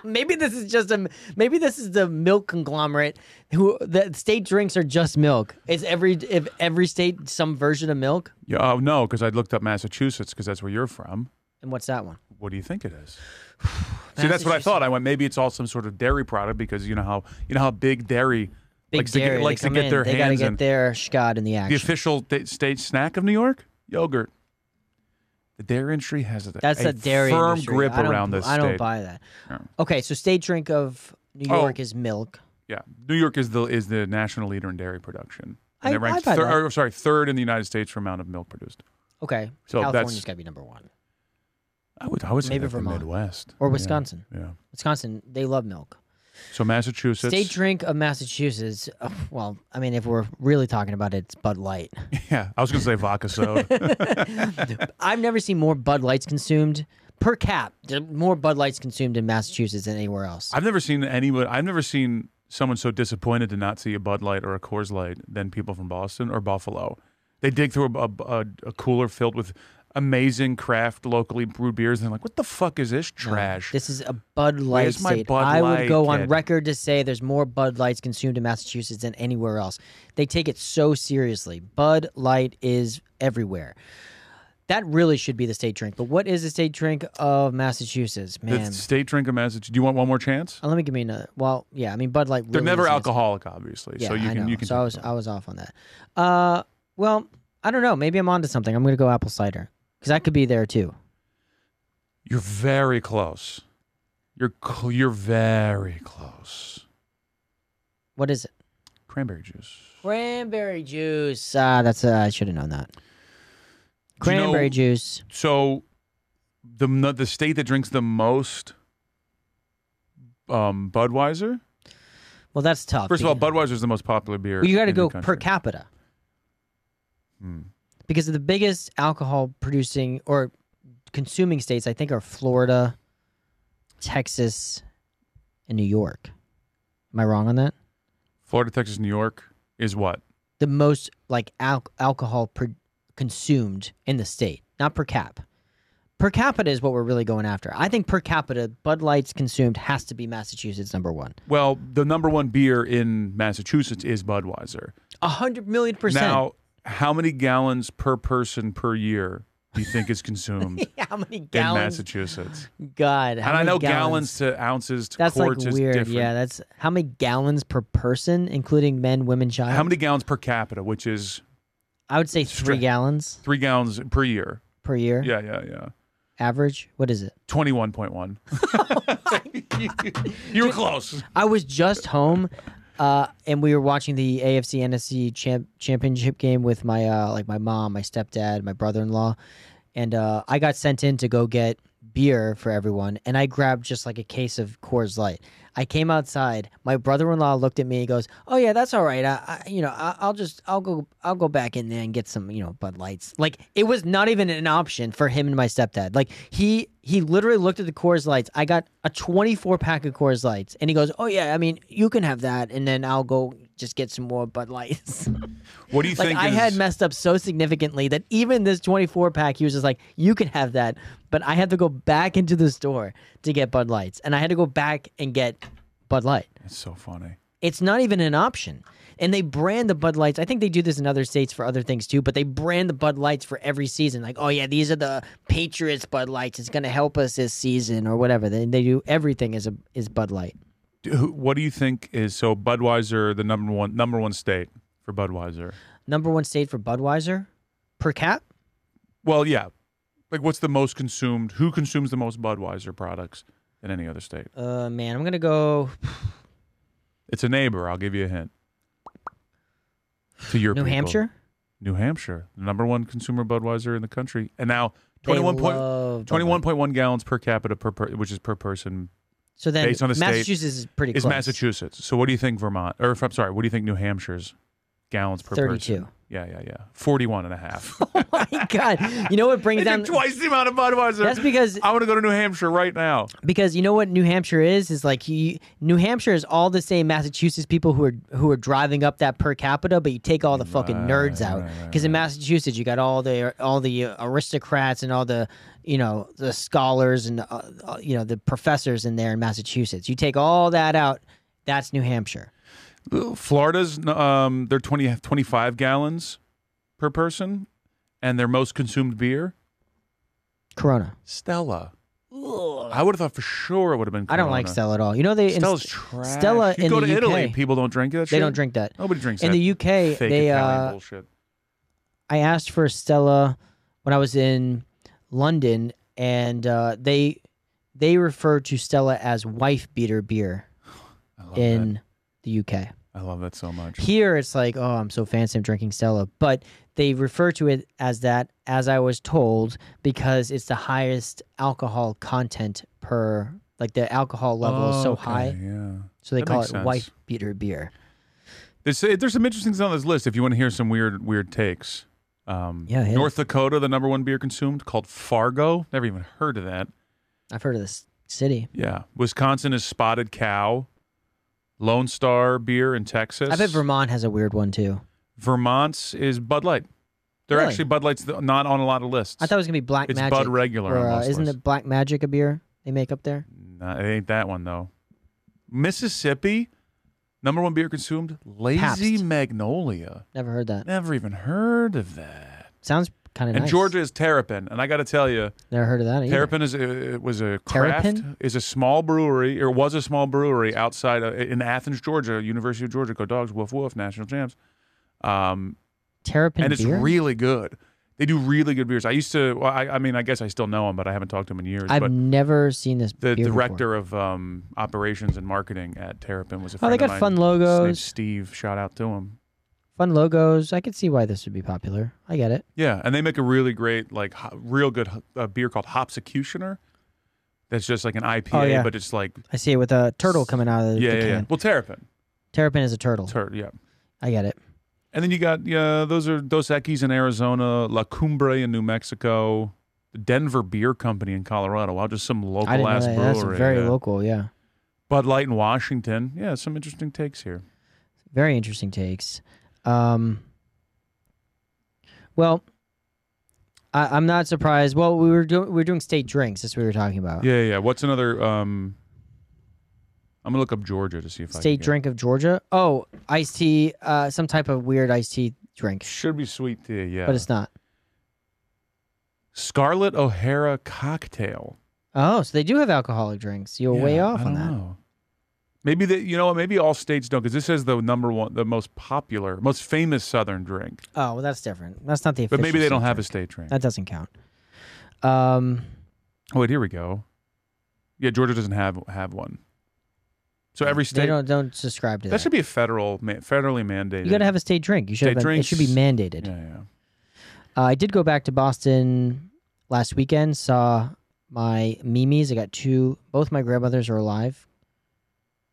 A: Maybe this is just a maybe this is the milk conglomerate who the state drinks are just milk. It's every if every state some version of milk.
B: Yeah. Oh no, because I looked up Massachusetts because that's where you're from.
A: And what's that one?
B: What do you think it is? See, that's what I thought. I went maybe it's all some sort of dairy product because you know how you know how big dairy
A: Big
B: likes to
A: dairy.
B: get, likes
A: they
B: to
A: come
B: get
A: in,
B: their
A: they gotta
B: hands
A: get
B: in.
A: their shkad in the
B: the
A: action.
B: official da- state snack of New York, yogurt. The dairy industry has a,
A: That's
B: a
A: a dairy
B: firm
A: industry.
B: grip
A: I don't-
B: around this
A: I don't
B: state.
A: buy that.
B: Yeah.
A: Okay, so state drink of New
B: Oh.
A: York is milk.
B: Yeah, New York is the is the national leader in dairy production.
A: I-
B: And it ranked
A: I buy
B: third,
A: that.
B: or, sorry, third in the United States for amount of milk produced.
A: Okay,
B: So that's-
A: California's got to be number one
B: I would, I would say
A: Maybe
B: that's the
A: Vermont.
B: Midwest
A: or
B: Yeah,
A: Wisconsin.
B: Yeah.
A: Wisconsin, they love milk.
B: So Massachusetts.
A: State drink of Massachusetts. ugh, well, I mean, if we're really talking about it, it's Bud Light.
B: yeah, I was gonna say vodka soda.
A: I've never seen more Bud Lights consumed per cap. There are more Bud Lights consumed in Massachusetts than anywhere else.
B: I've never seen anyone. I've never seen someone so disappointed to not see a Bud Light or a Coors Light than people from Boston or Buffalo. They dig through a, a, a cooler filled with amazing craft locally brewed beers, and they're like, "What the fuck is this
A: No,
B: trash?"
A: This is a Bud Light
B: Where's my
A: state.
B: Bud
A: I would
B: Light,
A: go on
B: kid?
A: record to say there's more Bud Lights consumed in Massachusetts than anywhere else. They take it so seriously. Bud Light is everywhere. That really should be the state drink. But what is the state drink of Massachusetts,
B: the
A: man?
B: state drink of Massachusetts. Do you want one more chance?
A: Uh, let me give me another. Well, yeah, I mean Bud Light.
B: They're
A: really
B: never
A: is-
B: alcoholic, obviously.
A: Yeah,
B: so you
A: I
B: can
A: know.
B: you can.
A: so
B: take
A: I was
B: them.
A: I was off on that. Uh, well, I don't know. Maybe I'm onto something. I'm gonna go apple cider because that could be there too.
B: You're very close. You're cl- you're very close.
A: What is it?
B: Cranberry juice.
A: Cranberry juice. Ah, that's uh, I should have known that.
B: Do you know-
A: Cranberry juice.
B: So, the no- the state that drinks the most um, Budweiser.
A: Well, that's tough.
B: First of all,
A: because-
B: Budweiser is the most popular beer.
A: well, you got to
B: in the
A: go per
B: country.
A: capita
B: Hmm.
A: because the biggest alcohol producing or consuming states, I think, are Florida, Texas, and New York. Am I wrong on that?
B: Florida, Texas, New York is what?
A: The most like al- alcohol per- consumed in the state, not per cap. Per capita is what we're really going after. I think per capita, Bud Light's consumed has to be Massachusetts number one.
B: Well, the number one beer in Massachusetts is Budweiser.
A: A hundred million percent.
B: Now, how many gallons per person per year do you think is consumed
A: how many
B: in
A: gallons?
B: Massachusetts?
A: God, how
B: and I
A: many
B: know gallons, to ounces to
A: That's like
B: quarts is
A: weird.
B: different.
A: Yeah, that's how many gallons per person, including men, women, child.
B: How many gallons per capita, which is
A: I would say three
B: Stra-
A: gallons
B: three gallons per year?
A: per year.
B: Yeah, yeah, yeah.
A: Average. What is it?
B: 21.1. you were close.
A: I was just home, uh, and we were watching the AFC NFC champ- championship game with my uh, like my mom, my stepdad, my brother in law, and uh, I got sent in to go get beer for everyone, and I grabbed just like a case of Coors Light. I came outside. My brother in law looked at me. and goes, "Oh yeah, that's all right. I, I you know, I, I'll just I'll go I'll go back in there and get some you know Bud Lights." Like it was not even an option for him and my stepdad. Like he he literally looked at the Coors Lights. I got a 24 pack of Coors Lights, and he goes, "Oh yeah, I mean you can have that, and then I'll go just get some more Bud Lights."
B: What do you
A: like
B: think?
A: I
B: is,
A: had messed up so significantly that even this 24 pack, he was just like, "You can have that," but I had to go back into the store to get Bud Lights, and I had to go back and get Bud Light.
B: It's so funny.
A: It's not even an option. And they brand the Bud Lights. I think they do this in other states for other things too, but they brand the Bud Lights for every season. Like, oh yeah, these are the Patriots Bud Lights. It's going to help us this season or whatever. They, they do everything is a is Bud Light.
B: Do- who- What do you think is so Budweiser the number one number one state for Budweiser?
A: Number one state for Budweiser per cap.
B: Well, yeah. Like what's the most consumed? Who consumes the most Budweiser products in any other state?
A: Uh, man, I'm going to go
B: It's a neighbor. I'll give you a hint. To your
A: New
B: people.
A: Hampshire.
B: New Hampshire, the number one consumer Budweiser in the country, and now
A: They
B: 21 point,
A: love Bud
B: 21.1 gallons per capita per, per which is per
A: Light.
B: person
A: So then
B: based on the state,
A: Massachusetts is pretty
B: is
A: close.
B: Massachusetts. So what do you think Vermont or if, I'm sorry, what do you think New Hampshire's gallons per
A: 32.
B: person? Yeah, yeah, yeah. 41 and a half.
A: My God, you know what brings
B: They
A: down
B: drink twice the amount of Budweiser.
A: That's because-
B: I want to go to New Hampshire right now.
A: because you know what New Hampshire is is like you, New Hampshire is all the same Massachusetts people who are who are driving up that per capita, but you take all the fucking nerds out because in Massachusetts you got all the all the aristocrats and all the you know the scholars and uh, uh, you know the professors in there in Massachusetts. You take all that out, that's New Hampshire.
B: Florida's um, they're 20, 25 gallons per person, and their most consumed beer
A: Corona.
B: Stella. I would have thought for sure it would have been.
A: I don't like
B: Corona.
A: Stella at all. You know they in-
B: Stella's trash.
A: Stella
B: you
A: in
B: go
A: the
B: to Italy,
A: UK,
B: people don't drink that.
A: they
B: shit.
A: don't drink that.
B: Nobody drinks
A: In
B: that.
A: the UK,
B: fake
A: they
B: Italian
A: uh,
B: bullshit.
A: I asked for Stella when I was in London, and uh, they they refer to Stella as wife beater beer
B: I love
A: in the UK.
B: that. I love that so much.
A: Here, it's like, oh, I'm so fancy, I'm drinking Stella, but they refer to it as that, as I was told, because it's the highest alcohol content per. Like the alcohol level is so
B: Oh, Okay,
A: high,
B: Yeah.
A: so they
B: that
A: call it
B: makes sense.
A: wife beater beer.
B: There's eh, there's some interesting things on this list. If you want to hear some weird weird takes. Um,
A: Yeah, hit
B: North Dakota, the number one beer consumed, called Fargo. Never even heard of that.
A: I've heard of this city.
B: Yeah. Wisconsin is Spotted Cow. Lone Star beer in Texas.
A: I bet Vermont has a weird one too.
B: Vermont's is Bud Light. They're
A: Really?
B: actually Bud Light's th- not on a lot of lists.
A: I thought it was gonna be Black
B: it's
A: Magic.
B: Bud Regular.
A: Or,
B: on
A: uh,
B: most
A: isn't
B: lists.
A: it Black Magic a beer they make up there?
B: Nah, it ain't that one though. Mississippi, number one beer consumed, Lazy
A: Pabst.
B: Magnolia.
A: Never heard that.
B: Never even heard of that.
A: Sounds kind of
B: And
A: nice.
B: Georgia is Terrapin, and I got to tell you,
A: Never heard of that either.
B: Terrapin is a, it was a craft
A: Terrapin?
B: is a small brewery or was a small brewery outside of, in Athens, Georgia, University of Georgia. Go Dogs! Woof woof! National champs. Um,
A: Terrapin
B: and it's
A: beer.
B: really good. They do really good beers. I used to. Well, I, I mean, I guess I still know him, but I haven't talked to him in years.
A: I've
B: but
A: never seen this. beer
B: the
A: before.
B: director of um, operations and marketing at Terrapin was a.
A: Oh,
B: Friend
A: they
B: of
A: got
B: mine.
A: fun
B: His name's
A: logos.
B: Steve, shout out to him.
A: Fun logos. I could see why this would be popular. I get it.
B: Yeah, and they make a really great, like, ho- real good ho- uh, beer called Hopsecutioner. That's just like an IPA,
A: Oh, yeah.
B: but it's like
A: I see it with a turtle coming out of the,
B: yeah,
A: the
B: yeah,
A: can.
B: yeah. Well, Terrapin,
A: Terrapin is a turtle.
B: Ter- yeah.
A: I get it.
B: And then you got yeah, those are Dos Equis in Arizona, La Cumbre in New Mexico, the Denver Beer Company in Colorado. Wow, just some
A: I
B: local
A: didn't know
B: ass
A: that.
B: brewery.
A: That's very
B: yeah.
A: local. Yeah.
B: Bud Light in Washington. Yeah, some interesting takes here.
A: Very interesting takes. Um, well, I, I'm not surprised. Well, we were doing we were doing state drinks. That's what we were talking about.
B: Yeah, yeah. What's another? Um, I'm gonna look up Georgia to see if I can
A: State
B: get-
A: drink of Georgia. Oh, iced tea. Uh, some type of weird iced tea drink,
B: should be sweet tea. Yeah,
A: but it's not.
B: Scarlet O'Hara cocktail.
A: Oh, so they do have alcoholic drinks. You're way
B: Yeah,
A: off
B: I
A: on
B: don't
A: that.
B: know. Maybe that you know what? Maybe all states don't because this says the number one, the most popular, most famous Southern drink.
A: Oh, well, that's different. That's not the.
B: But maybe
A: official
B: they don't
A: state
B: have a
A: drink.
B: state drink.
A: That doesn't count. Um,
B: Oh, wait, here we go. Yeah, Georgia doesn't have have one. So every
A: they
B: state
A: don't don't subscribe to that.
B: that should be a federal ma- federally mandated.
A: you got to have a state drink. You should.
B: State
A: have been, it should be
B: drinks.
A: mandated.
B: Yeah, yeah.
A: Uh, I did go back to Boston last weekend. Saw my Mimi's. I got two. Both my grandmothers are alive,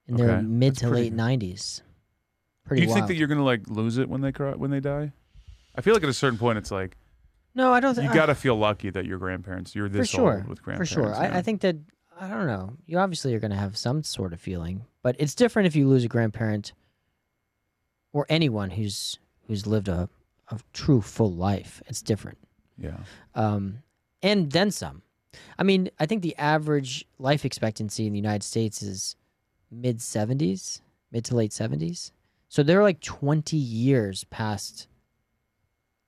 A: in their
B: Okay,
A: mid
B: that's
A: to
B: pretty
A: late
B: good.
A: nineties. Pretty
B: Do you think
A: wild.
B: that you're gonna like lose it when they cry, when they die? I feel like at a certain point it's like
A: no, I don't.
B: you
A: think
B: got to feel lucky that your grandparents you're
A: Uh, for
B: this
A: sure
B: old with
A: for
B: grandparents.
A: sure.
B: now.
A: I, I think that I don't know. You obviously are going to have some sort of feeling, but it's different if you lose a grandparent or anyone who's who's lived a a true full life. It's different.
B: yeah.
A: um, and then some. I mean, I think the average life expectancy in the United States is mid 70s, mid to late 70s. So they're like 20 years past,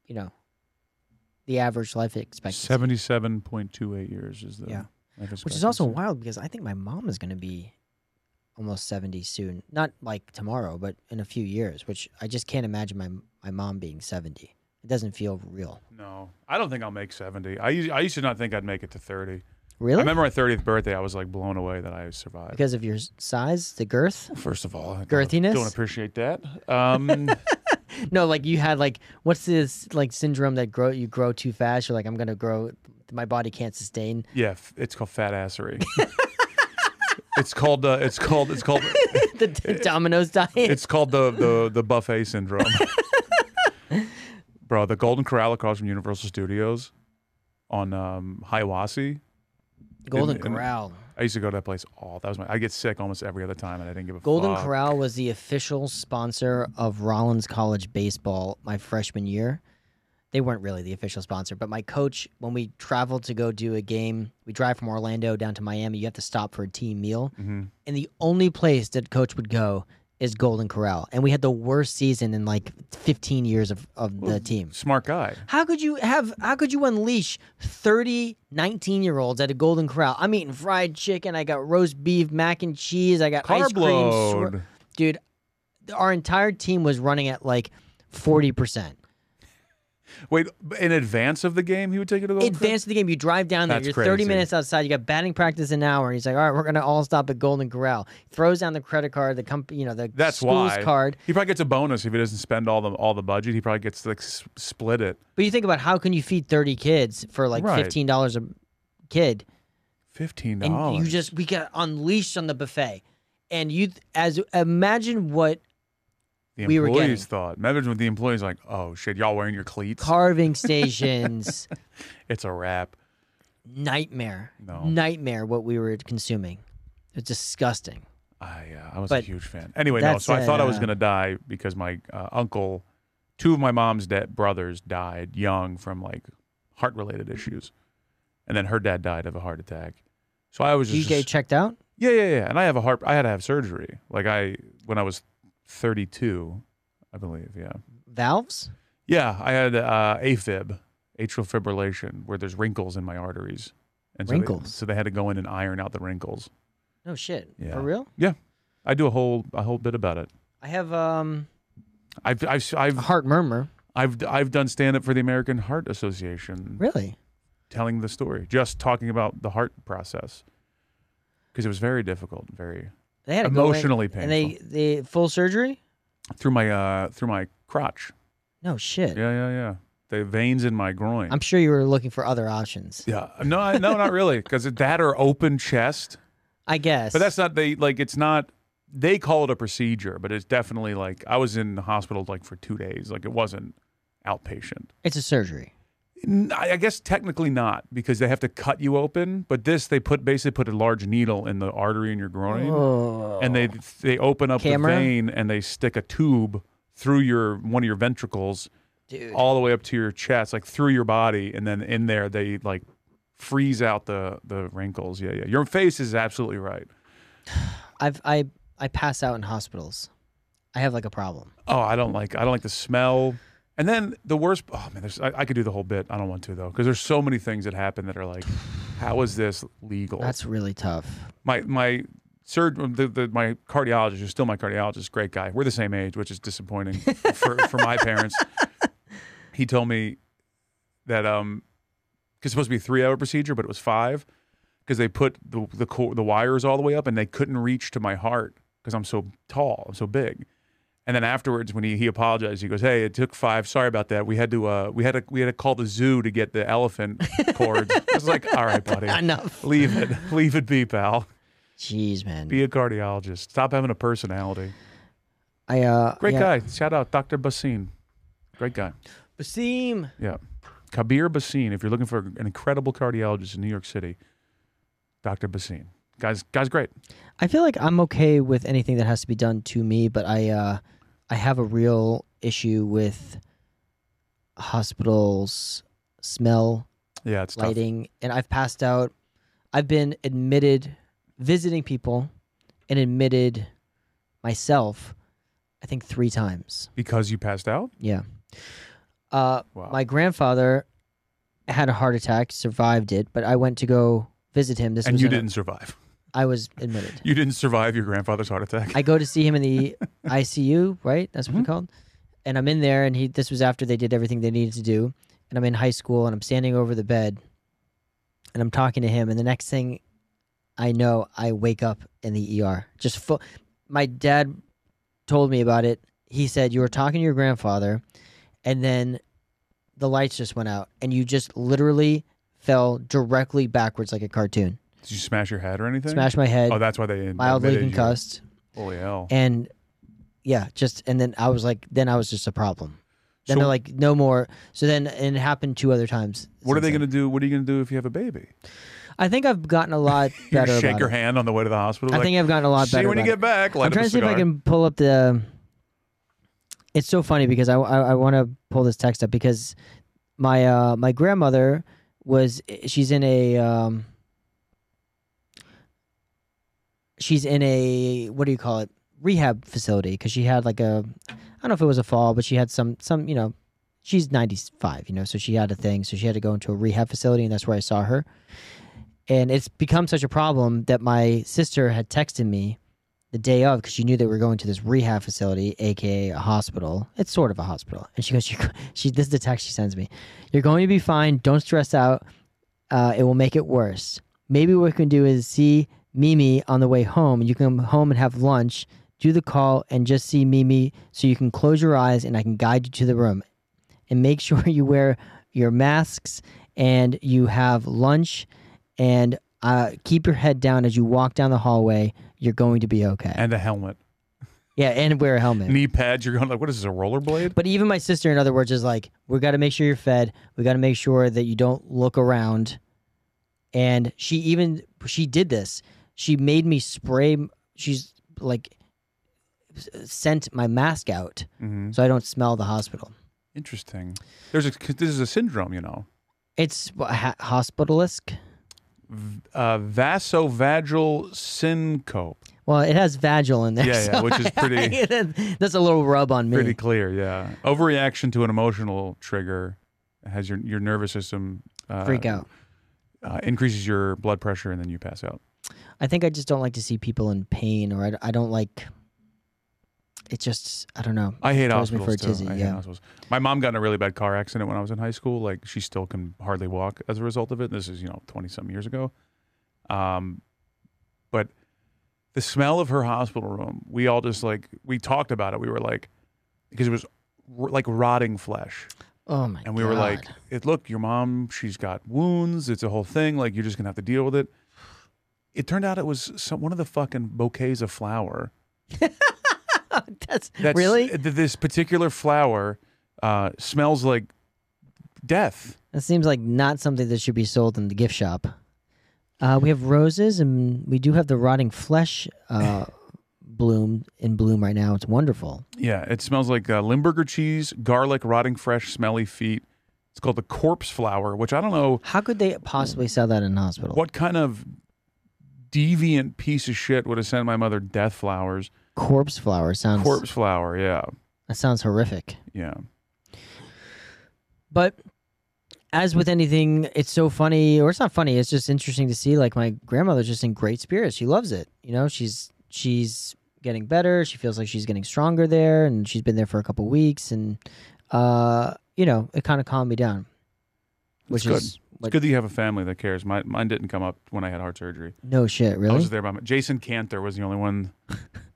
A: you know, the average life expectancy.
B: Seventy-seven point two eight years is the
A: Yeah.
B: life
A: which is also
B: expectancy.
A: wild because I think my mom is going to be almost 70 soon. Not like tomorrow, but in a few years, which I just can't imagine my, my mom being 70. It doesn't feel real.
B: No, I don't think I'll make seventy. I used, I used to not think I'd make it to thirty. I
A: Really?
B: remember my thirtieth birthday. I was like blown away that I survived.
A: Because of your s- size, the girth?
B: First of all, I don't-
A: Girthiness?
B: Don't appreciate that. Um,
A: No, like you had like what's this like syndrome that grow you grow too fast? You're like I'm gonna grow, my body can't sustain.
B: yeah, f- it's called fat assery. it's called. Uh, it's called. It's called.
A: the d- Domino's diet.
B: It's called the the the buffet syndrome. Bro, the Golden Corral across from Universal Studios on um, Hiawassee.
A: Golden
B: in- in-
A: Corral.
B: I used to go to that place all. That was my. I get sick almost every other time, and I didn't give a
A: Golden
B: fuck.
A: Corral was the official sponsor of Rollins College baseball my freshman year. They weren't really the official sponsor, but my coach, when we traveled to go do a game, we drive from Orlando down to Miami. You have to stop for a team meal,
B: Mhm.
A: and the only place that coach would go is Golden Corral. And we had the worst season in like 15 years of, of the team.
B: Smart guy.
A: How could you have how could you unleash 30 19 year olds at a golden corral? I'm eating fried chicken, I got roast beef, mac and cheese, I got ice
B: Carb
A: cream.
B: load.
A: swir- Dude, our entire team was running at like 40%.
B: Wait, in advance of the game, he would take it to the Golden Corral?
A: Advance of the game, you drive down there,
B: That's
A: you're 30
B: crazy.
A: minutes outside, you got batting practice an hour, and he's like, "All right, we're going to all stop at Golden Corral." Throws down the credit card, the company, you know, the
B: That's
A: school's
B: why
A: card.
B: He probably gets a bonus if he doesn't spend all the all the budget. He probably gets to like s- split it.
A: But you think about how can you feed 30 kids for like
B: Right.
A: $15 a kid?
B: Fifteen
A: and
B: dollars.
A: you just we got unleashed on the buffet and you as imagine what
B: the
A: we were
B: employees
A: getting-
B: thought. Imagine with the employees like, oh shit, y'all wearing your cleats?
A: carving stations
B: it's a wrap.
A: nightmare
B: No.
A: nightmare what we were consuming it's disgusting
B: I uh, I was
A: But
B: a huge fan. Anyway, no.
A: that's,
B: So I thought I was
A: uh,
B: gonna die because my uh, uncle, two of my mom's dad brothers died young from like heart related issues, and then her dad died of a heart attack. So I was
A: you
B: just
A: get checked out
B: Yeah, yeah, yeah. And I have a heart. I had to have surgery. Like I when I was 32, I believe. Yeah,
A: valves
B: yeah. I had uh, AFib, atrial fibrillation, where there's wrinkles in my arteries. And so They,
A: Wrinkles?
B: so they had to go in and iron out the wrinkles.
A: no shit
B: Yeah.
A: for real
B: I do a whole a whole bit about it.
A: i have um
B: I've I've
A: a
B: I've
A: heart murmur
B: I've, I've done stand up for the American Heart Association,
A: really
B: telling the story, just talking about the heart process, because it was very difficult, very
A: they had to go in-
B: emotionally
A: and
B: painful
A: they they full surgery
B: through my uh through my crotch.
A: no shit
B: Yeah, yeah, yeah. The veins in my groin.
A: i'm sure you were looking for other options
B: yeah. No, I, no, not really. Because that or open chest.
A: i guess
B: But that's not they like. It's not. They call it a procedure, but it's definitely like I was in the hospital like for two days. Like it wasn't outpatient.
A: it's a surgery
B: N- I I guess technically not because they have to cut you open, but this they put basically put a large needle in the artery in your groin, and they they open up
A: Camera?
B: the vein and they stick a tube through your one of your ventricles
A: Dude.
B: all the way up to your chest, like through your body, and then in there they like freeze out the the wrinkles. Yeah, yeah. Your face is absolutely right.
A: I've I I pass out in hospitals. I have like a problem.
B: Oh, I don't like I don't like the smell. And then the worst. Oh man, there's, I, I could do the whole bit. I don't want to though, because there's so many things that happen that are like, how is this legal?
A: That's really tough.
B: my my surgeon, the, the, my cardiologist, who's still my cardiologist, great guy. We're the same age, which is disappointing for for my parents. He told me that um, 'cause it's supposed to be a three hour procedure, but it was five because they put the the co- the wires all the way up and they couldn't reach to my heart because I'm so tall, I'm so big. And then afterwards, when he, he apologized, he goes, "Hey, it took five. Sorry about that. We had to uh, we had to we had to call the zoo to get the elephant cords." I was like, "All right, buddy,
A: Enough.
B: leave it, leave it be, pal."
A: Jeez, man.
B: Be a cardiologist. Stop having a personality.
A: I uh
B: Great
A: yeah.
B: guy. Shout out Dr. Basim. Great guy.
A: Basim.
B: Yeah. Kabir Basim. If you're looking for an incredible cardiologist in New York City, Dr. Basim. Guys, guys, great.
A: I feel like I'm okay with anything that has to be done to me, but I uh, I have a real issue with hospitals, smell,
B: Yeah, it's tough.
A: lighting, and I've passed out. I've been admitted, visiting people, and admitted myself. I think three times.
B: Because you passed out?
A: Yeah. Uh,
B: Wow.
A: my grandfather had a heart attack, survived it, but I went to go visit him. This
B: and
A: was
B: you
A: in a-
B: didn't survive.
A: I was admitted.
B: You didn't survive your grandfather's heart attack.
A: I go to see him in the ICU, right? That's what it's called. And I'm in there, and he. This was after they did everything they needed to do, and I'm in high school, and I'm standing over the bed, and I'm talking to him, and the next thing, I know, I wake up in the ER. Just full. My dad told me about it. He said you were talking to your grandfather, and then the lights just went out, and you just literally fell directly backwards like a cartoon.
B: Did you smash your head or anything?
A: Smashed my head,
B: Oh, that's why they
A: mildly
B: admitted you.
A: concussed
B: Holy hell.
A: and yeah, just and then I was like, then I was just a problem. Then
B: So-
A: they're like, no more. So then and it happened two other times.
B: what are they
A: since
B: going to do? What are you going to do if you have a baby?
A: then. I think I've gotten a lot
B: You
A: better.
B: just shake
A: about
B: your
A: it.
B: hand on the way to the hospital.
A: I
B: like,
A: think I've gotten a lot
B: See
A: better.
B: when you
A: about it.
B: get back.
A: I'm
B: light up a
A: trying to see if I
B: cigar.
A: can pull up the. It's so funny because I I, I want to pull this text up because my uh my grandmother was she's in a um she's in a what do you call it rehab facility because she had like a I don't know if it was a fall but she had some some you know she's 95 you know so she had a thing so she had to go into a rehab facility and that's where I saw her and it's become such a problem that my sister had texted me the day of because she knew they were going to this rehab facility, aka a hospital. It's sort of a hospital, and she goes, "You're, go- she this is the text she sends me. You're going to be fine. Don't stress out. Uh, it will make it worse. Maybe what we can do is see Mimi on the way home, and you can come home and have lunch. Do the call and just see Mimi, so you can close your eyes, and I can guide you to the room. And make sure you wear your masks and you have lunch, and uh, keep your head down as you walk down the hallway. You're going to be okay.
B: And a helmet.
A: Yeah, and wear a helmet.
B: Knee pads. You're going like, what is this, a rollerblade?
A: but even my sister, in other words, is like, we got to make sure you're fed. We got to make sure that you don't look around. And she even she did this. She made me spray. She's like s- sent my mask out
B: Mm-hmm.
A: so I don't smell the hospital.
B: Interesting. There's a 'cause this is a syndrome, you know,
A: It's wha- ha- hospitalisk.
B: uh, vasovagal syncope.
A: Well, it has vagil in there.
B: Yeah, yeah,
A: so
B: which is pretty-
A: that's a little rub on me.
B: Pretty clear, yeah. Overreaction to an emotional trigger has your your nervous system uh,
A: Freak out.
B: uh, increases your blood pressure, and then you pass out.
A: I think I just don't like to see people in pain, or I, I don't like. It just I don't know.
B: I hate
A: Throws me
B: hospitals.
A: for a
B: too.
A: tizzy,
B: I hate
A: yeah.
B: hospitals. My mom got in a really bad car accident when I was in high school. Like she still can hardly walk as a result of it. This is you know twenty some years ago. Um, but the smell of her hospital room, we all just like we talked about it. We were like, because it was r- like rotting flesh,
A: Oh my!
B: and we were like,
A: God.
B: it, "Look, your mom, she's got wounds. It's a whole thing. Like you're just gonna have to deal with it." It turned out it was some, one of the fucking bouquets of flower
A: That's,
B: that's
A: really
B: th- this particular flower uh, smells like death.
A: That seems like not something that should be sold in the gift shop. Uh, we have roses, and we do have the rotting flesh uh, bloom in bloom right now. It's wonderful.
B: Yeah, it smells like uh, Limburger cheese, garlic, rotting fresh, smelly feet. It's called the corpse flower, which I don't know
A: How could they possibly sell that in a hospital?
B: what kind of deviant piece of shit would have sent my mother death flowers.
A: Corpse flower sounds.
B: Corpse flower, yeah,
A: That sounds horrific.
B: yeah.
A: But as with anything, it's so funny, or it's not funny. It's just interesting to see. Like my grandmother's just in great spirits. She loves it. You know, she's she's getting better. She feels like she's getting stronger there, and she's been there for a couple weeks, and uh, you know, it kind of calmed me down. Which
B: good.
A: is
B: It's
A: what,
B: good that you have a family that cares. My, mine didn't come up when I had heart surgery.
A: no shit,
B: I
A: really.
B: was there by my, Jason Cantor was the only one,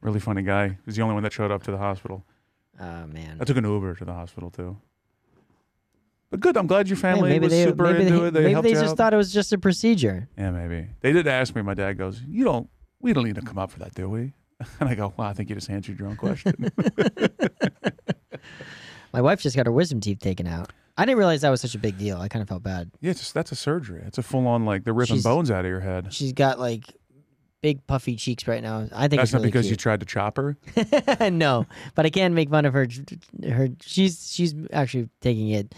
B: really funny guy. He was the only one that showed up to the hospital.
A: oh man.
B: I took an Uber to the hospital too. But good. I'm glad your
A: Hey,
B: family was super
A: maybe
B: into
A: they,
B: it. They
A: maybe
B: helped
A: they
B: you
A: just
B: out.
A: thought it was just a procedure.
B: Yeah, maybe they did ask me. My dad goes, "You don't. We don't need to come up for that, do we?" And I go, "Well, I think you just answered your own question."
A: My wife just got her wisdom teeth taken out. I didn't realize that was such a big deal. I kind of felt bad.
B: yeah, it's just, that's a surgery. It's a full on like they're ripping
A: She's-
B: bones out of your head.
A: She's got like big puffy cheeks right now. I think
B: That's
A: it's
B: not
A: really
B: because you
A: cute.
B: tried to chop her.
A: no, but I can make fun of her. Her she's she's actually taking it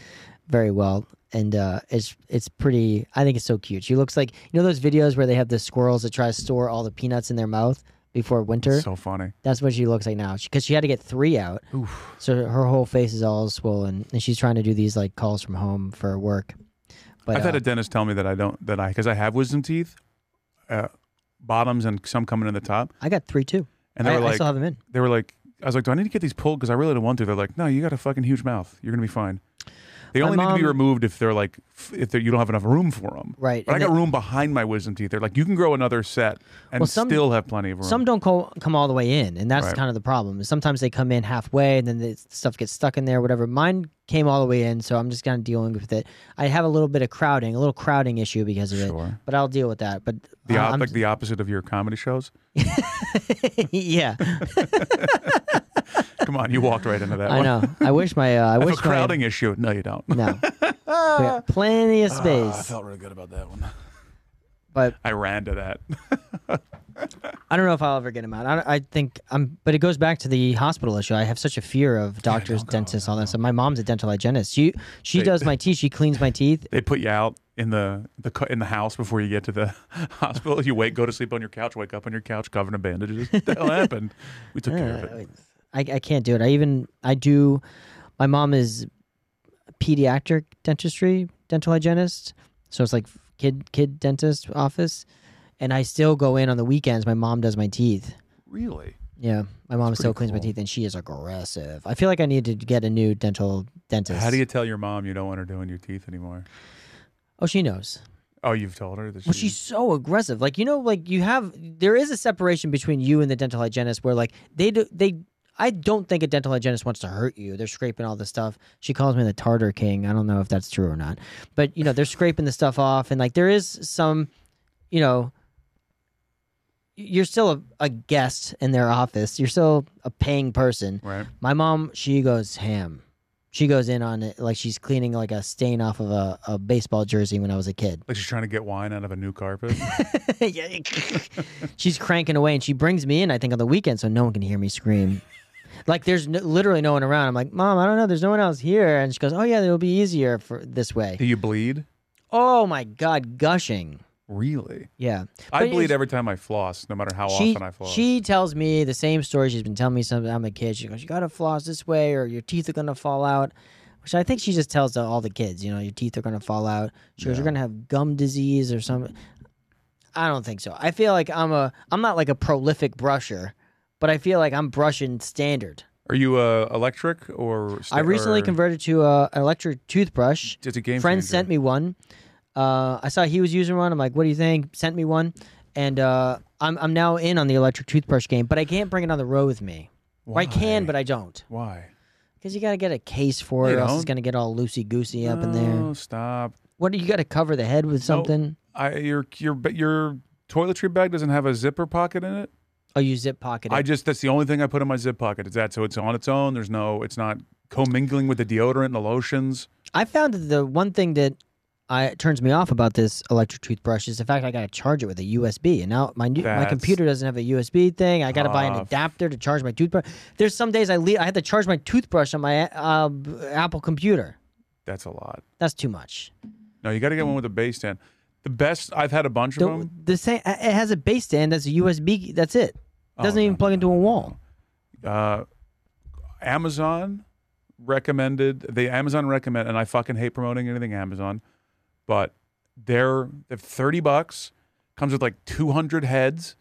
A: very well, and uh, it's it's pretty. I think it's so cute. She looks like you know those videos where they have the squirrels that try to store all the peanuts in their mouth before winter.
B: So funny.
A: That's what she looks like now because she, had to get three out,
B: Oof.
A: so her whole face is all swollen, and she's trying to do these like calls from home for work. But
B: I've
A: uh,
B: had a dentist tell me that I don't that I because I have wisdom teeth, uh, bottoms and some coming in the top,
A: I got three too,
B: and they
A: I,
B: were
A: I
B: like,
A: still have them in.
B: they were like, I was like, do I need to get these pulled? Because I really don't want to. They're like, no, you got a fucking huge mouth. You're gonna be fine. They
A: My
B: only need to be
A: mom-
B: removed if they're like f- if they're, you don't have enough room for them.
A: Right,
B: But I
A: and
B: got
A: the-
B: room behind my wisdom teeth. They're like, you can grow another set and
A: Well, some-
B: still have plenty of room.
A: Some don't co- come all the way in, and that's
B: Right.
A: kind of the problem. Sometimes they come in halfway, and then the stuff gets stuck in there, whatever. Mine came all the way in, so I'm just kind of dealing with it. I have a little bit of crowding, a little crowding issue because of it,
B: sure.
A: but I'll deal with that. But
B: The
A: uh,
B: op-
A: I'm-
B: like the opposite of your comedy shows.
A: yeah,
B: Come on, you walked right into that
A: I
B: one.
A: know. I wish my, uh, I
B: I have
A: wish
B: a crowding issue. No, you don't.
A: My, no, we got plenty of
B: Ah, I
A: space,
B: felt really good about that one.
A: but
B: I ran to that.
A: I don't know if I'll ever get him out. I, don't- I think I'm, but it goes back to the hospital issue. I have such a fear of doctors, dentists, all that. So my mom's a dental hygienist. She she
B: They-
A: does my teeth. She cleans my teeth.
B: They put you out in the the cu- in the house before you get to the hospital. You wait, go to sleep on your couch, wake up on your couch covered in bandages. What the hell happened? We took care of
A: Uh,
B: it.
A: I, I can't do it. I even I do. My mom is pediatric dentistry dental hygienist, so it's like kid kid dentist office, and I still go in on the weekends. My mom does my teeth.
B: Really?
A: Yeah, my mom still
B: pretty
A: cleans my
B: cool.
A: teeth, and she is aggressive. I feel like I need to get a new dental dentist.
B: How do you tell your mom you don't want her doing your teeth anymore?
A: Oh, she knows.
B: Oh, you've told her that
A: Well,
B: she-
A: she's so aggressive. Like you know, like you have there is a separation between you and the dental hygienist where like they do they. I don't think a dental hygienist wants to hurt you. They're scraping all this stuff. She calls me the Tartar King. I don't know if that's true or not, but you know they're scraping the stuff off, and like there is some, you know, you're still a, a guest in their office. You're still a paying person.
B: right.
A: My mom, she goes ham. She goes in on it like she's cleaning like a stain off of a, a baseball jersey when I was a kid.
B: Like she's trying to get wine out of a new carpet.
A: Yeah. she's cranking away and she brings me in i think on the weekend so no one can hear me scream like there's no, literally no one around i'm like mom i don't know there's no one else here and she goes oh yeah it'll be easier for this way
B: Do you bleed?
A: oh my god gushing
B: Really?
A: yeah
B: I
A: But
B: bleed
A: it's-
B: every time I floss, no matter how
A: she,
B: often I floss.
A: she tells me the same story she's been telling me since i'm a kid she goes you gotta floss this way or your teeth are gonna fall out which i think she just tells to all the kids you know your teeth are gonna fall out she goes you're gonna have gum disease or something i don't think so i feel like i'm a i'm not like a prolific brusher but i feel like i'm brushing standard
B: Are you uh, electric or? sta-
A: i recently
B: or-
A: converted to a an electric toothbrush
B: It's a game.
A: friend sent me one. Uh, I saw he was using one. I'm like, what do you think? Sent me one, and uh, I'm I'm now in on the electric toothbrush game, but I can't bring it on the road with me. Or I can,
B: Why?
A: but I don't,
B: Why?
A: because you got to get a case for
B: You
A: it, or else it's
B: don't?
A: gonna get all loosey goosey up in
B: No,
A: there.
B: stop.
A: What do you got to cover the head with something?
B: I your your ba- your toiletry bag doesn't have a zipper pocket in it.
A: Oh, you zip pocket it.
B: I just that's the only thing I put in my zip pocket. Is that so? It's on its own. There's no. It's not commingling with the deodorant and the lotions.
A: I found that the one thing that I turns me off about this electric toothbrush is the fact I got to charge it with a USB, and now my new, my
B: That's
A: computer doesn't have a USB thing. I got to buy an
B: tough.
A: adapter to charge my toothbrush. There's some days I leave, I had to charge my toothbrush on my uh, b- Apple computer.
B: That's a lot.
A: That's too much.
B: No, you got to get one with a base stand. The best I've had a bunch of
A: Mm. The,
B: them.
A: the same, it has a base stand that's a USB. That's it.
B: Oh,
A: Doesn't
B: no,
A: even
B: no,
A: plug into a wall.
B: Uh, Amazon recommended the Amazon recommend, and I fucking hate promoting anything Amazon, but they're they're thirty bucks. Comes with like two hundred heads.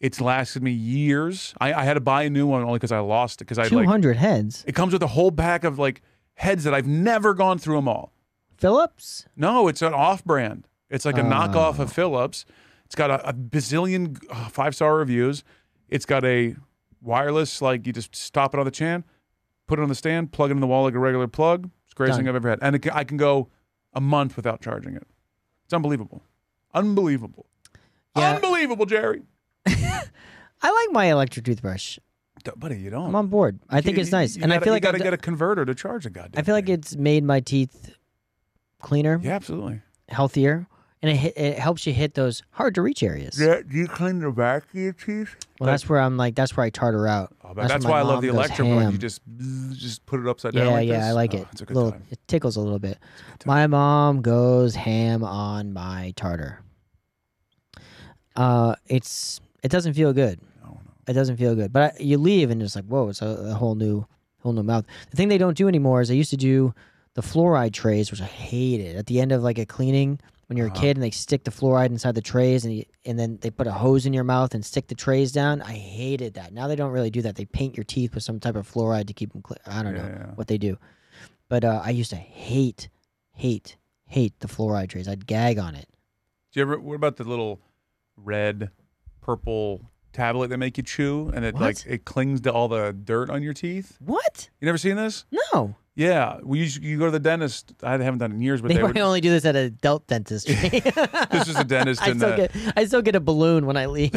B: It's lasted me years. I, I had to buy a new one only because I lost it because I
A: Two
B: like
A: hundred heads.
B: it comes with a whole pack of like heads that I've never gone through them all.
A: Phillips.
B: No, it's an off-brand. It's like a
A: Oh.
B: knockoff of Philips. It's got a, a bazillion uh, five-star reviews. It's got a wireless like you just stop it on the chan, put it on the stand, plug it in the wall like a regular plug. It's the greatest thing
A: Done.
B: I've ever had, and it, ca- I can go a month without charging it. It's unbelievable, unbelievable,
A: Yeah.
B: unbelievable, Jerry.
A: I like my electric toothbrush.
B: D- buddy, you don't.
A: I'm on board. I think it's nice, and I feel like
B: you
A: I've
B: gotta
A: d-
B: get a converter to charge a goddamn.
A: I feel like
B: thing.
A: it's made my teeth cleaner,
B: Yeah, absolutely.
A: healthier, and it, hit, it helps you hit those hard to reach areas.
B: do you clean the back of your teeth?
A: Well, that's where I'm like, that's where I tartar out.
B: Oh, but
A: when
B: that's
A: my
B: why I
A: mom
B: love the
A: goes
B: electric one. You
A: ham.
B: just bzz, just put it upside
A: yeah,
B: down. like
A: yeah,
B: this.
A: I like
B: Oh,
A: it.
B: It's a good
A: little,
B: time.
A: it tickles a little bit. My mom goes ham on my tartar. Uh, it's it doesn't feel good.
B: Oh, No, no.
A: It doesn't feel good. But I, you leave and it's like, whoa, it's a, a whole new, whole new mouth. The thing they don't do anymore is they used to do the fluoride trays, which I hated. At the end of like a cleaning, when
B: Uh-huh.
A: you're a kid, and they stick the fluoride inside the trays, and you, and then they put a hose in your mouth and stick the trays down. I hated that. Now they don't really do that. They paint your teeth with some type of fluoride to keep them clear. I don't know
B: Yeah, yeah.
A: what they do, but uh, I used to hate, hate, hate the fluoride trays. I'd gag on it.
B: Do you ever? What about the little red, purple tablet they make you chew, and it like
A: What?
B: it clings to all the dirt on your teeth?
A: What?
B: You never seen this?
A: No,
B: Yeah, we used, you go to the dentist. I haven't done it in years, but
A: they,
B: they,
A: probably
B: would,
A: only do this at an adult dentist.
B: this is a dentist,
A: I
B: and
A: still
B: uh,
A: get I still get a balloon when I leave.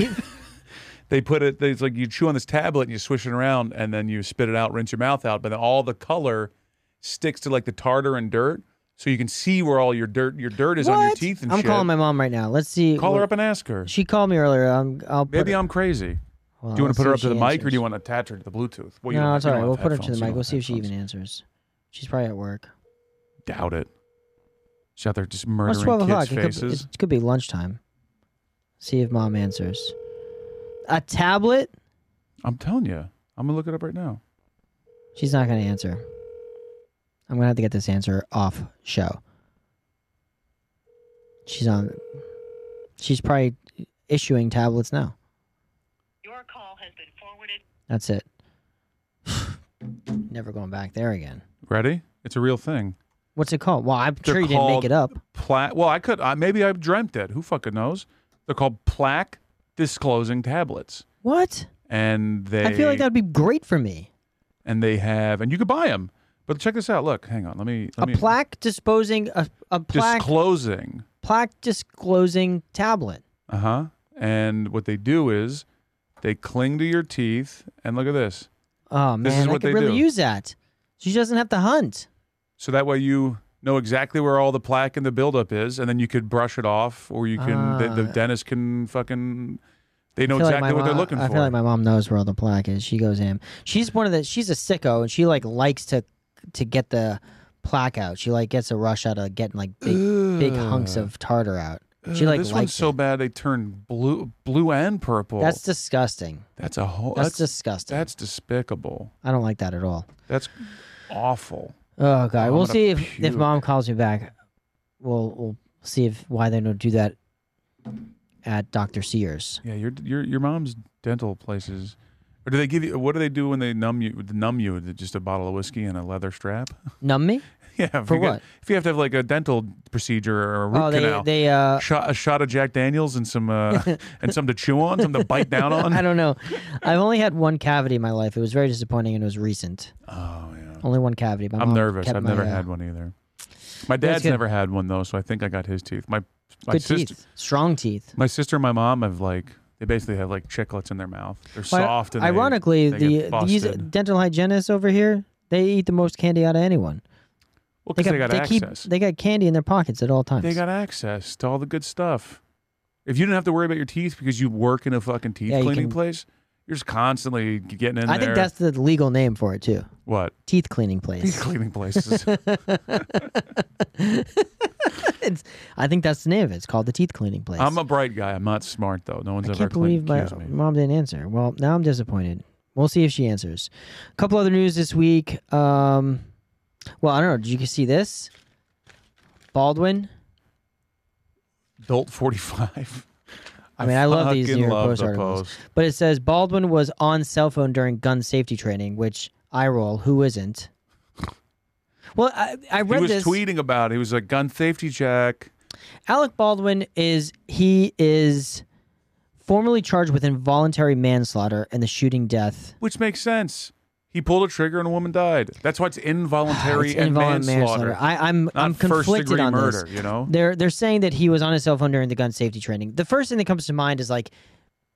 B: they put it. It's like you chew on this tablet and you swish it around, and then you spit it out, rinse your mouth out, but then all the color sticks to like the tartar and dirt, so you can see where all your dirt your dirt is on your
A: What?
B: teeth and
A: I'm
B: shit.
A: calling my mom right now. Let's see.
B: Call her
A: what-
B: up and ask her.
A: She called me earlier. I'm, I'll
B: Maybe I'm crazy.
A: Uh,
B: Do you want to put her up to the mic or do you want to attach her to the Bluetooth? Well, you don't-
A: No, it's
B: you
A: all
B: don't
A: right.
B: have
A: We'll put her to
B: headphones.
A: the
B: You
A: mic.
B: don't
A: We'll
B: have
A: see if she even
B: headphones.
A: answers. She's probably at work.
B: Doubt it. She's out there just
A: Well, it's twelve
B: murdering
A: o'clock.
B: kids'
A: It could,
B: faces.
A: it could be lunchtime. See if mom answers. A tablet?
B: I'm telling you. I'm going to look it up right now.
A: She's not going to answer. I'm going to have to get this answer off show. She's on. She's probably issuing tablets now.
C: Your call has been forwarded.
A: That's it. Never going back there again.
B: Ready? It's a real thing.
A: What's it called? Well, I'm
B: They're
A: sure you didn't make
B: called
A: it up.
B: Pla- well, I could. I, maybe I dreamt it. Who fucking knows? They're called plaque disclosing tablets.
A: What?
B: And they
A: I feel like that'd be great for me.
B: and they have and you could buy them. But check this out. Look, hang on. Let me let
A: a
B: me
A: plaque disposing a, a plaque
B: disclosing.
A: plaque disclosing tablet.
B: Uh huh. And what they do is they cling to your teeth. And look at this.
A: Oh man,
B: This is
A: I
B: what
A: could
B: they
A: really
B: do.
A: use that. She doesn't have to hunt.
B: So that way you know exactly where all the plaque and the buildup is. And then you could brush it off or you can, the, the
A: Ah.
B: dentist can fucking, they know
A: I feel like
B: exactly
A: my
B: what they're
A: mom-
B: looking
A: I
B: for.
A: feel like my mom knows where all the plaque is. She goes in. She's one of the. She's a sicko, and she like likes to to get the plaque out. She like gets a rush out of getting like big big hunks of tartar out. She
B: Ugh,
A: like
B: this
A: likes
B: one's so
A: it.
B: bad they turn blue, blue and purple.
A: That's disgusting.
B: that's a whole.
A: That's,
B: That's
A: disgusting.
B: that's despicable.
A: I don't like that at all.
B: That's awful.
A: Oh god,
B: I'm
A: we'll
B: gonna
A: see if, if
B: puke.
A: mom calls me back. We'll we'll see if why they don't do that at Doctor Sears.
B: Yeah, your your your mom's dental places. Or do they give you? What do they do when they numb you? Numb you? Is it Just a bottle of whiskey and a leather strap?
A: Numb me?
B: yeah. if
A: For
B: you get-
A: what?
B: if you have to have like a dental procedure or a root
A: Oh, they
B: canal,
A: they uh
B: shot, a shot of Jack Daniels and some uh, and some to chew on, some to bite down on.
A: I don't know. I've only had one cavity in my life. It was very disappointing and it was recent.
B: oh yeah.
A: Only one cavity. My
B: I'm
A: mom
B: nervous.
A: kept
B: I've
A: my,
B: never
A: uh,
B: had one either. My dad's
A: good.
B: never had one though, so I think I got his teeth. My my
A: good
B: sister,
A: teeth. Strong teeth.
B: my sister, and my mom have like they basically have like chiclets in their mouth. They're
A: But
B: soft and they-
A: ironically,
B: they get
A: the these
B: busted.
A: dental hygienists over here, they eat the most candy out of anyone.
B: Well, because they got
A: keep-
B: access.
A: they got candy in their pockets at all times.
B: They got access to all the good stuff. If you didn't have to worry about your teeth because you work in a fucking teeth
A: Yeah, you
B: cleaning
A: can-
B: place, you're just constantly getting in
A: I
B: there.
A: think that's the legal name for it too.
B: what
A: Teeth cleaning
B: teeth
A: place.
B: cleaning places.
A: it's, I think that's the name of it. It's called the teeth cleaning place.
B: I'm a bright guy. I'm not smart though. No one's
A: I
B: ever
A: can't believe
B: cleaned
A: my
B: accused me.
A: mom didn't answer. Well, now I'm disappointed. We'll see if she answers. A couple other news this week. Um, well, I don't know. Did you see this? Baldwin.
B: Adult 45.
A: I mean, I love these
B: fucking
A: New York
B: love
A: Post
B: the
A: articles.
B: Post.
A: But it says Baldwin was on cell phone during gun safety training, which I roll. Who isn't? Well, I, I
B: He
A: read
B: was
A: this.
B: tweeting about. it. He was like gun safety check.
A: Alec Baldwin is he is formally charged with involuntary manslaughter and the shooting death.
B: Which makes sense. He pulled a trigger and a woman died. That's why it's involuntary
A: It's
B: and
A: involuntary
B: manslaughter.
A: I, I'm
B: not
A: I'm
B: first
A: conflicted
B: degree
A: on
B: murder,
A: this.
B: you know?
A: They're they're saying that he was on his cell phone during the gun safety training. The first thing that comes to mind is like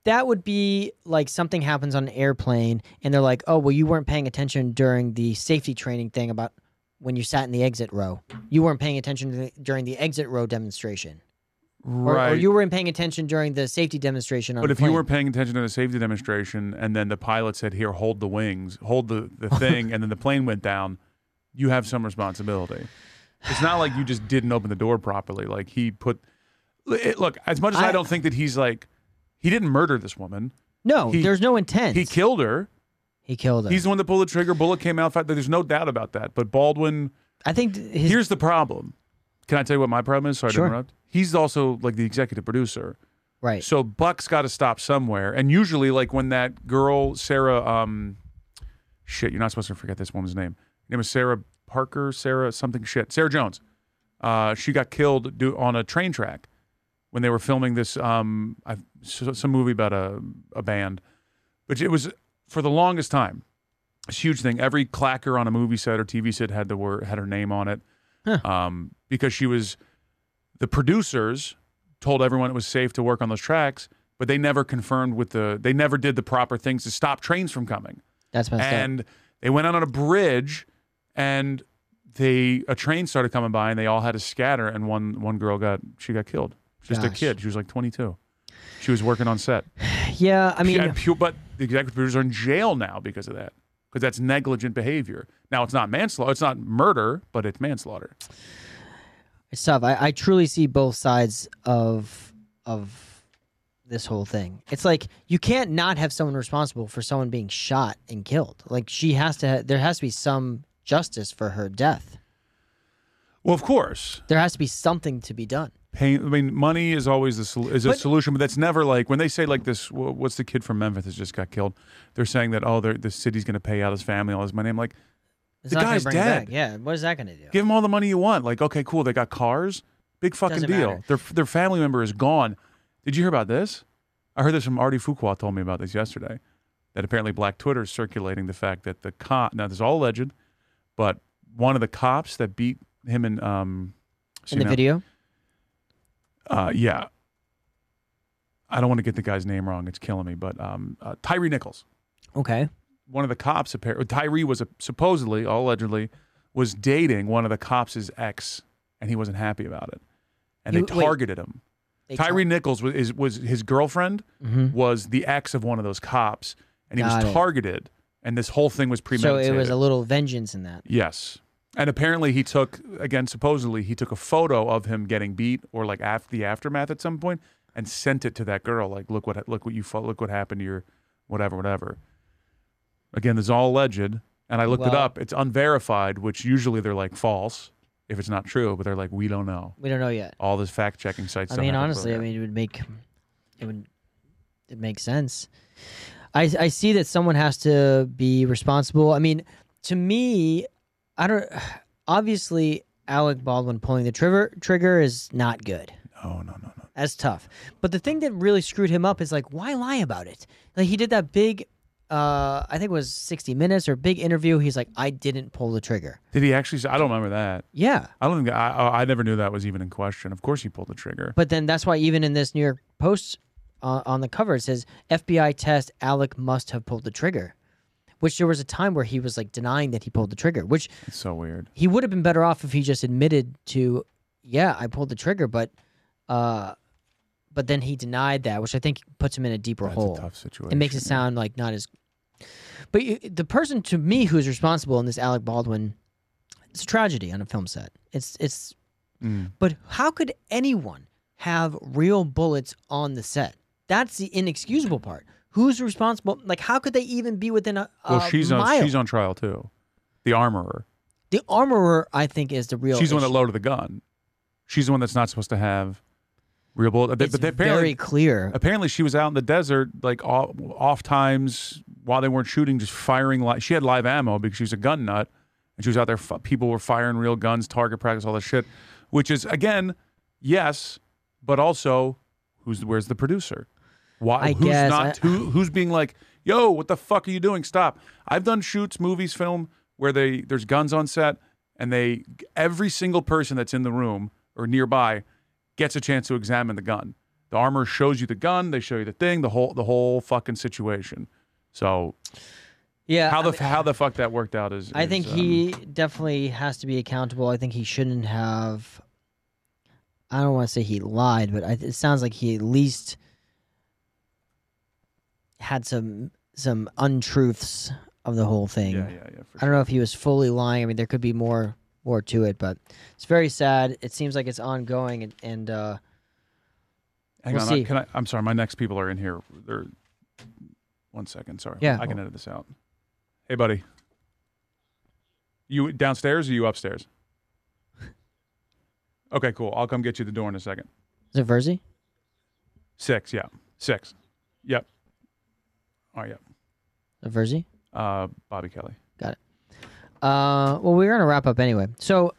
A: that would be like something happens on an airplane and they're like, "Oh, well you weren't paying attention during the safety training thing about when you sat in the exit row. You weren't paying attention to the, during the exit row demonstration." Or,
B: right.
A: or you weren't paying attention during the safety demonstration on
B: But
A: the
B: if you
A: plane.
B: weren't paying attention to the safety demonstration and then the pilot said, here, hold the wings, hold the, the thing, and then the plane went down, you have some responsibility. It's not like you just didn't open the door properly. Like he put, it, look, as much as I,
A: I-
B: don't think that he's like, he didn't murder this woman.
A: No,
B: He-
A: there's no intent.
B: He killed her.
A: He killed him.
B: He's the one that pulled the trigger. Bullet came out. There's no doubt about that. But Baldwin,
A: I think th- his
B: here's the problem. Can I tell you what my problem is? Sorry
A: Sure.
B: to interrupt. He's also like the executive producer.
A: right.
B: So Buck's got to stop somewhere, and usually, like when that girl Sarah, um, shit, you're not supposed to forget this woman's name. Her name was Sarah Parker, Sarah something shit, Sarah Jones. Uh, she got killed do, on a train track when they were filming this um, I, s- some movie about a a band, but it was for the longest time a huge thing. Every clacker on a movie set or TV set had the word had her name on it, um, because she was the producers told everyone it was safe to work on those tracks, but they never confirmed with the they never did the proper things to stop trains from coming.
A: That's messed up.
B: and they went out on a bridge and they a train started coming by and they all had to scatter and one one girl got she got killed. Just a
A: Gosh.
B: kid. She was like 22. She was working on set.
A: Yeah, I mean,
B: And pu- but the executive producers are in jail now because of that. Because that's negligent behavior. Now it's not manslaughter. It's not murder, but it's manslaughter.
A: it's tough. I, I truly see both sides of of this whole thing. It's like you can't not have someone responsible for someone being shot and killed. Like she has to. Ha- there has to be some justice for her death.
B: Well, of course.
A: There has to be something to be done.
B: pain. I mean, money is always the sol- is a
A: But-
B: solution, but that's never like when they say like this. wh- What's the kid from Memphis that just got killed? They're saying that oh, they're- the city's going to pay out his family all his money. I'm like,
A: It's
B: The
A: not gonna
B: guy's
A: bring her
B: dead.
A: Back. Yeah, what is that going to do?
B: give him all the money you want. Like, okay, cool, they got cars, big fucking
A: Doesn't
B: deal.
A: matter.
B: Their their family member is gone. Did you hear about this? I heard this from Artie Fuqua. Told me about this yesterday. That apparently Black Twitter is circulating the fact that the cop. Now this is all alleged, but one of the cops that beat him in um
A: In the
B: Sunan-
A: video,
B: uh, yeah. I don't want to get the guy's name wrong. It's killing me. But um, uh, Tyree Nichols,
A: okay.
B: one of the cops, apparently, Tyree was a, supposedly, all allegedly, was dating one of the cops' ex, and he wasn't happy about it. And
A: You-
B: they
A: wait.
B: targeted him.
A: They
B: Tyree Nichols was, is, was his girlfriend,
A: Mhm.
B: was the ex of one of those cops, and he
A: Got
B: was
A: it.
B: targeted. And this whole thing was
A: So
B: premeditated.
A: it was a little vengeance in that.
B: Yes. And apparently he took again supposedly he took a photo of him getting beat or like after the aftermath at some point and sent it to that girl like look what look what you fo- look what happened to your whatever whatever. Again, this is all alleged and I looked it
A: Well-
B: up. It's unverified, which usually they're like false if it's not true, but they're like we don't know.
A: We don't know yet.
B: All this fact checking sites
A: I
B: don't
A: mean,
B: have it
A: honestly, I
B: clear.
A: mean, it would make it would it makes sense. I I see that someone has to be responsible. I mean, to me, I don't. Obviously, Alec Baldwin pulling the trigger trigger is not good.
B: no, no, no, no.
A: That's tough. But the thing that really screwed him up is like, why lie about it? Like he did that big, uh, I think it was sixty minutes or big interview. He's like, I didn't pull the trigger.
B: Did he actually say, I don't remember that.
A: Yeah.
B: I don't think I, I I never knew that was even in question. Of course he pulled the trigger.
A: But then that's why even in this New York Post uh, on the cover it says FBI test Alec must have pulled the trigger, which there was a time where he was like denying that he pulled the trigger, which
B: It's so weird.
A: he would have been better off if he just admitted to, yeah, I pulled the trigger, but, uh, but then he denied that, which I think puts him in a deeper
B: That's
A: hole.
B: a tough situation.
A: it makes it sound like not as. But you, the person to me who's responsible in this Alec Baldwin, it's a tragedy on a film set. It's it's.
B: Mm.
A: But how could anyone have real bullets on the set? That's the inexcusable part. Who's responsible? Like, how could they even be within a, a
B: Well, she's
A: mile?
B: on she's on trial too. The armorer.
A: the armorer, I think, is the real.
B: She's the one that
A: issue.
B: loaded the gun. She's the one that's not supposed to have real bullet.
A: It's
B: but they apparently,
A: very clear.
B: apparently she was out in the desert, like off, off times while they weren't shooting, just firing. Li- she had live ammo because she was a gun nut, and she was out there. F- people were firing real guns, target practice, all this shit. Which is again, yes, but also, who's where's the producer? Why?
A: I
B: who's
A: guess,
B: not?
A: I-
B: who, who's being like, yo, what the fuck are you doing? Stop! I've done shoots, movies, film where they there's guns on set, and they every single person that's in the room or nearby gets a chance to examine the gun. The armor shows you the gun, they show you the thing, the whole the whole fucking situation. So
A: yeah,
B: how
A: Uh, I
B: the
A: mean,
B: how the fuck that worked out is
A: I think
B: is, um,
A: he definitely has to be accountable. I think he shouldn't have. I don't want to say he lied, but I, it sounds like he at least had some some untruths of the whole thing.
B: yeah yeah yeah. For
A: I
B: sure.
A: don't know if he was fully lying. I mean, there could be more more to it, but it's very sad. It seems like it's ongoing, and, and uh,
B: Hang
A: we'll
B: on,
A: see.
B: I, can I, I'm sorry, my next people are in here. They're one second, sorry.
A: Yeah.
B: I can edit this out. Hey, buddy. You downstairs or you upstairs? Okay, cool. I'll come get you the door in a second.
A: is it Verzi?
B: Six, yeah, six, yep. All right, yep.
A: Is it Verzi?
B: Uh, Bobby Kelly.
A: Uh, well, we're gonna wrap up anyway. So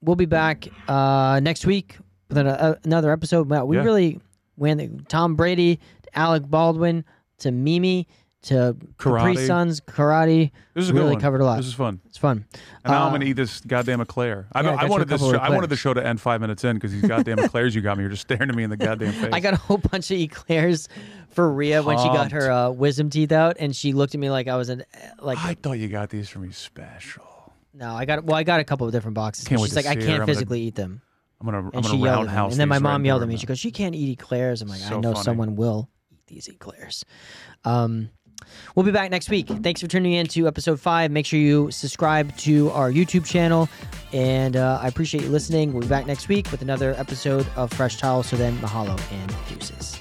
A: we'll be back uh, next week with an, uh, another episode. Wow, we
B: Yeah.
A: really went the- Tom Brady, to Alec Baldwin, to Mimi, to Capri
B: Karate.
A: Suns, karate.
B: This is a
A: really
B: good one.
A: covered a lot.
B: This is fun.
A: It's fun.
B: And now
A: Uh,
B: I'm gonna eat this goddamn eclair. I,
A: yeah, I got
B: I
A: you a
B: wanted this.
A: couple
B: Show,
A: of
B: I wanted the
A: eclairs.
B: show to end five minutes in because these goddamn eclairs you got me. You're just staring at me in the goddamn face.
A: I got a whole bunch of eclairs for Rhea when she got her uh, wisdom teeth out, and she looked at me like I was an like
B: I thought you got these for me special.
A: no, I got well, I got a couple of different boxes.
B: Can't
A: but
B: wait
A: she's
B: to
A: like, I
B: see her.
A: can't
B: I'm gonna-
A: physically eat them,
B: I'm gonna. I'm
A: and she yelled
B: gonna
A: at me.
B: roundhouse.
A: And then my
B: these right
A: mom
B: into
A: yelled
B: her
A: at me.
B: mouth.
A: She goes, "She can't eat eclairs." I'm like, I
B: So
A: know
B: funny.
A: someone will eat these eclairs. Um, we'll be back next week. Thanks for tuning in to episode five. Make sure you subscribe to our YouTube channel, and uh, I appreciate you listening. We'll be back next week with another episode of Fresh Towel. So then, mahalo and deuces.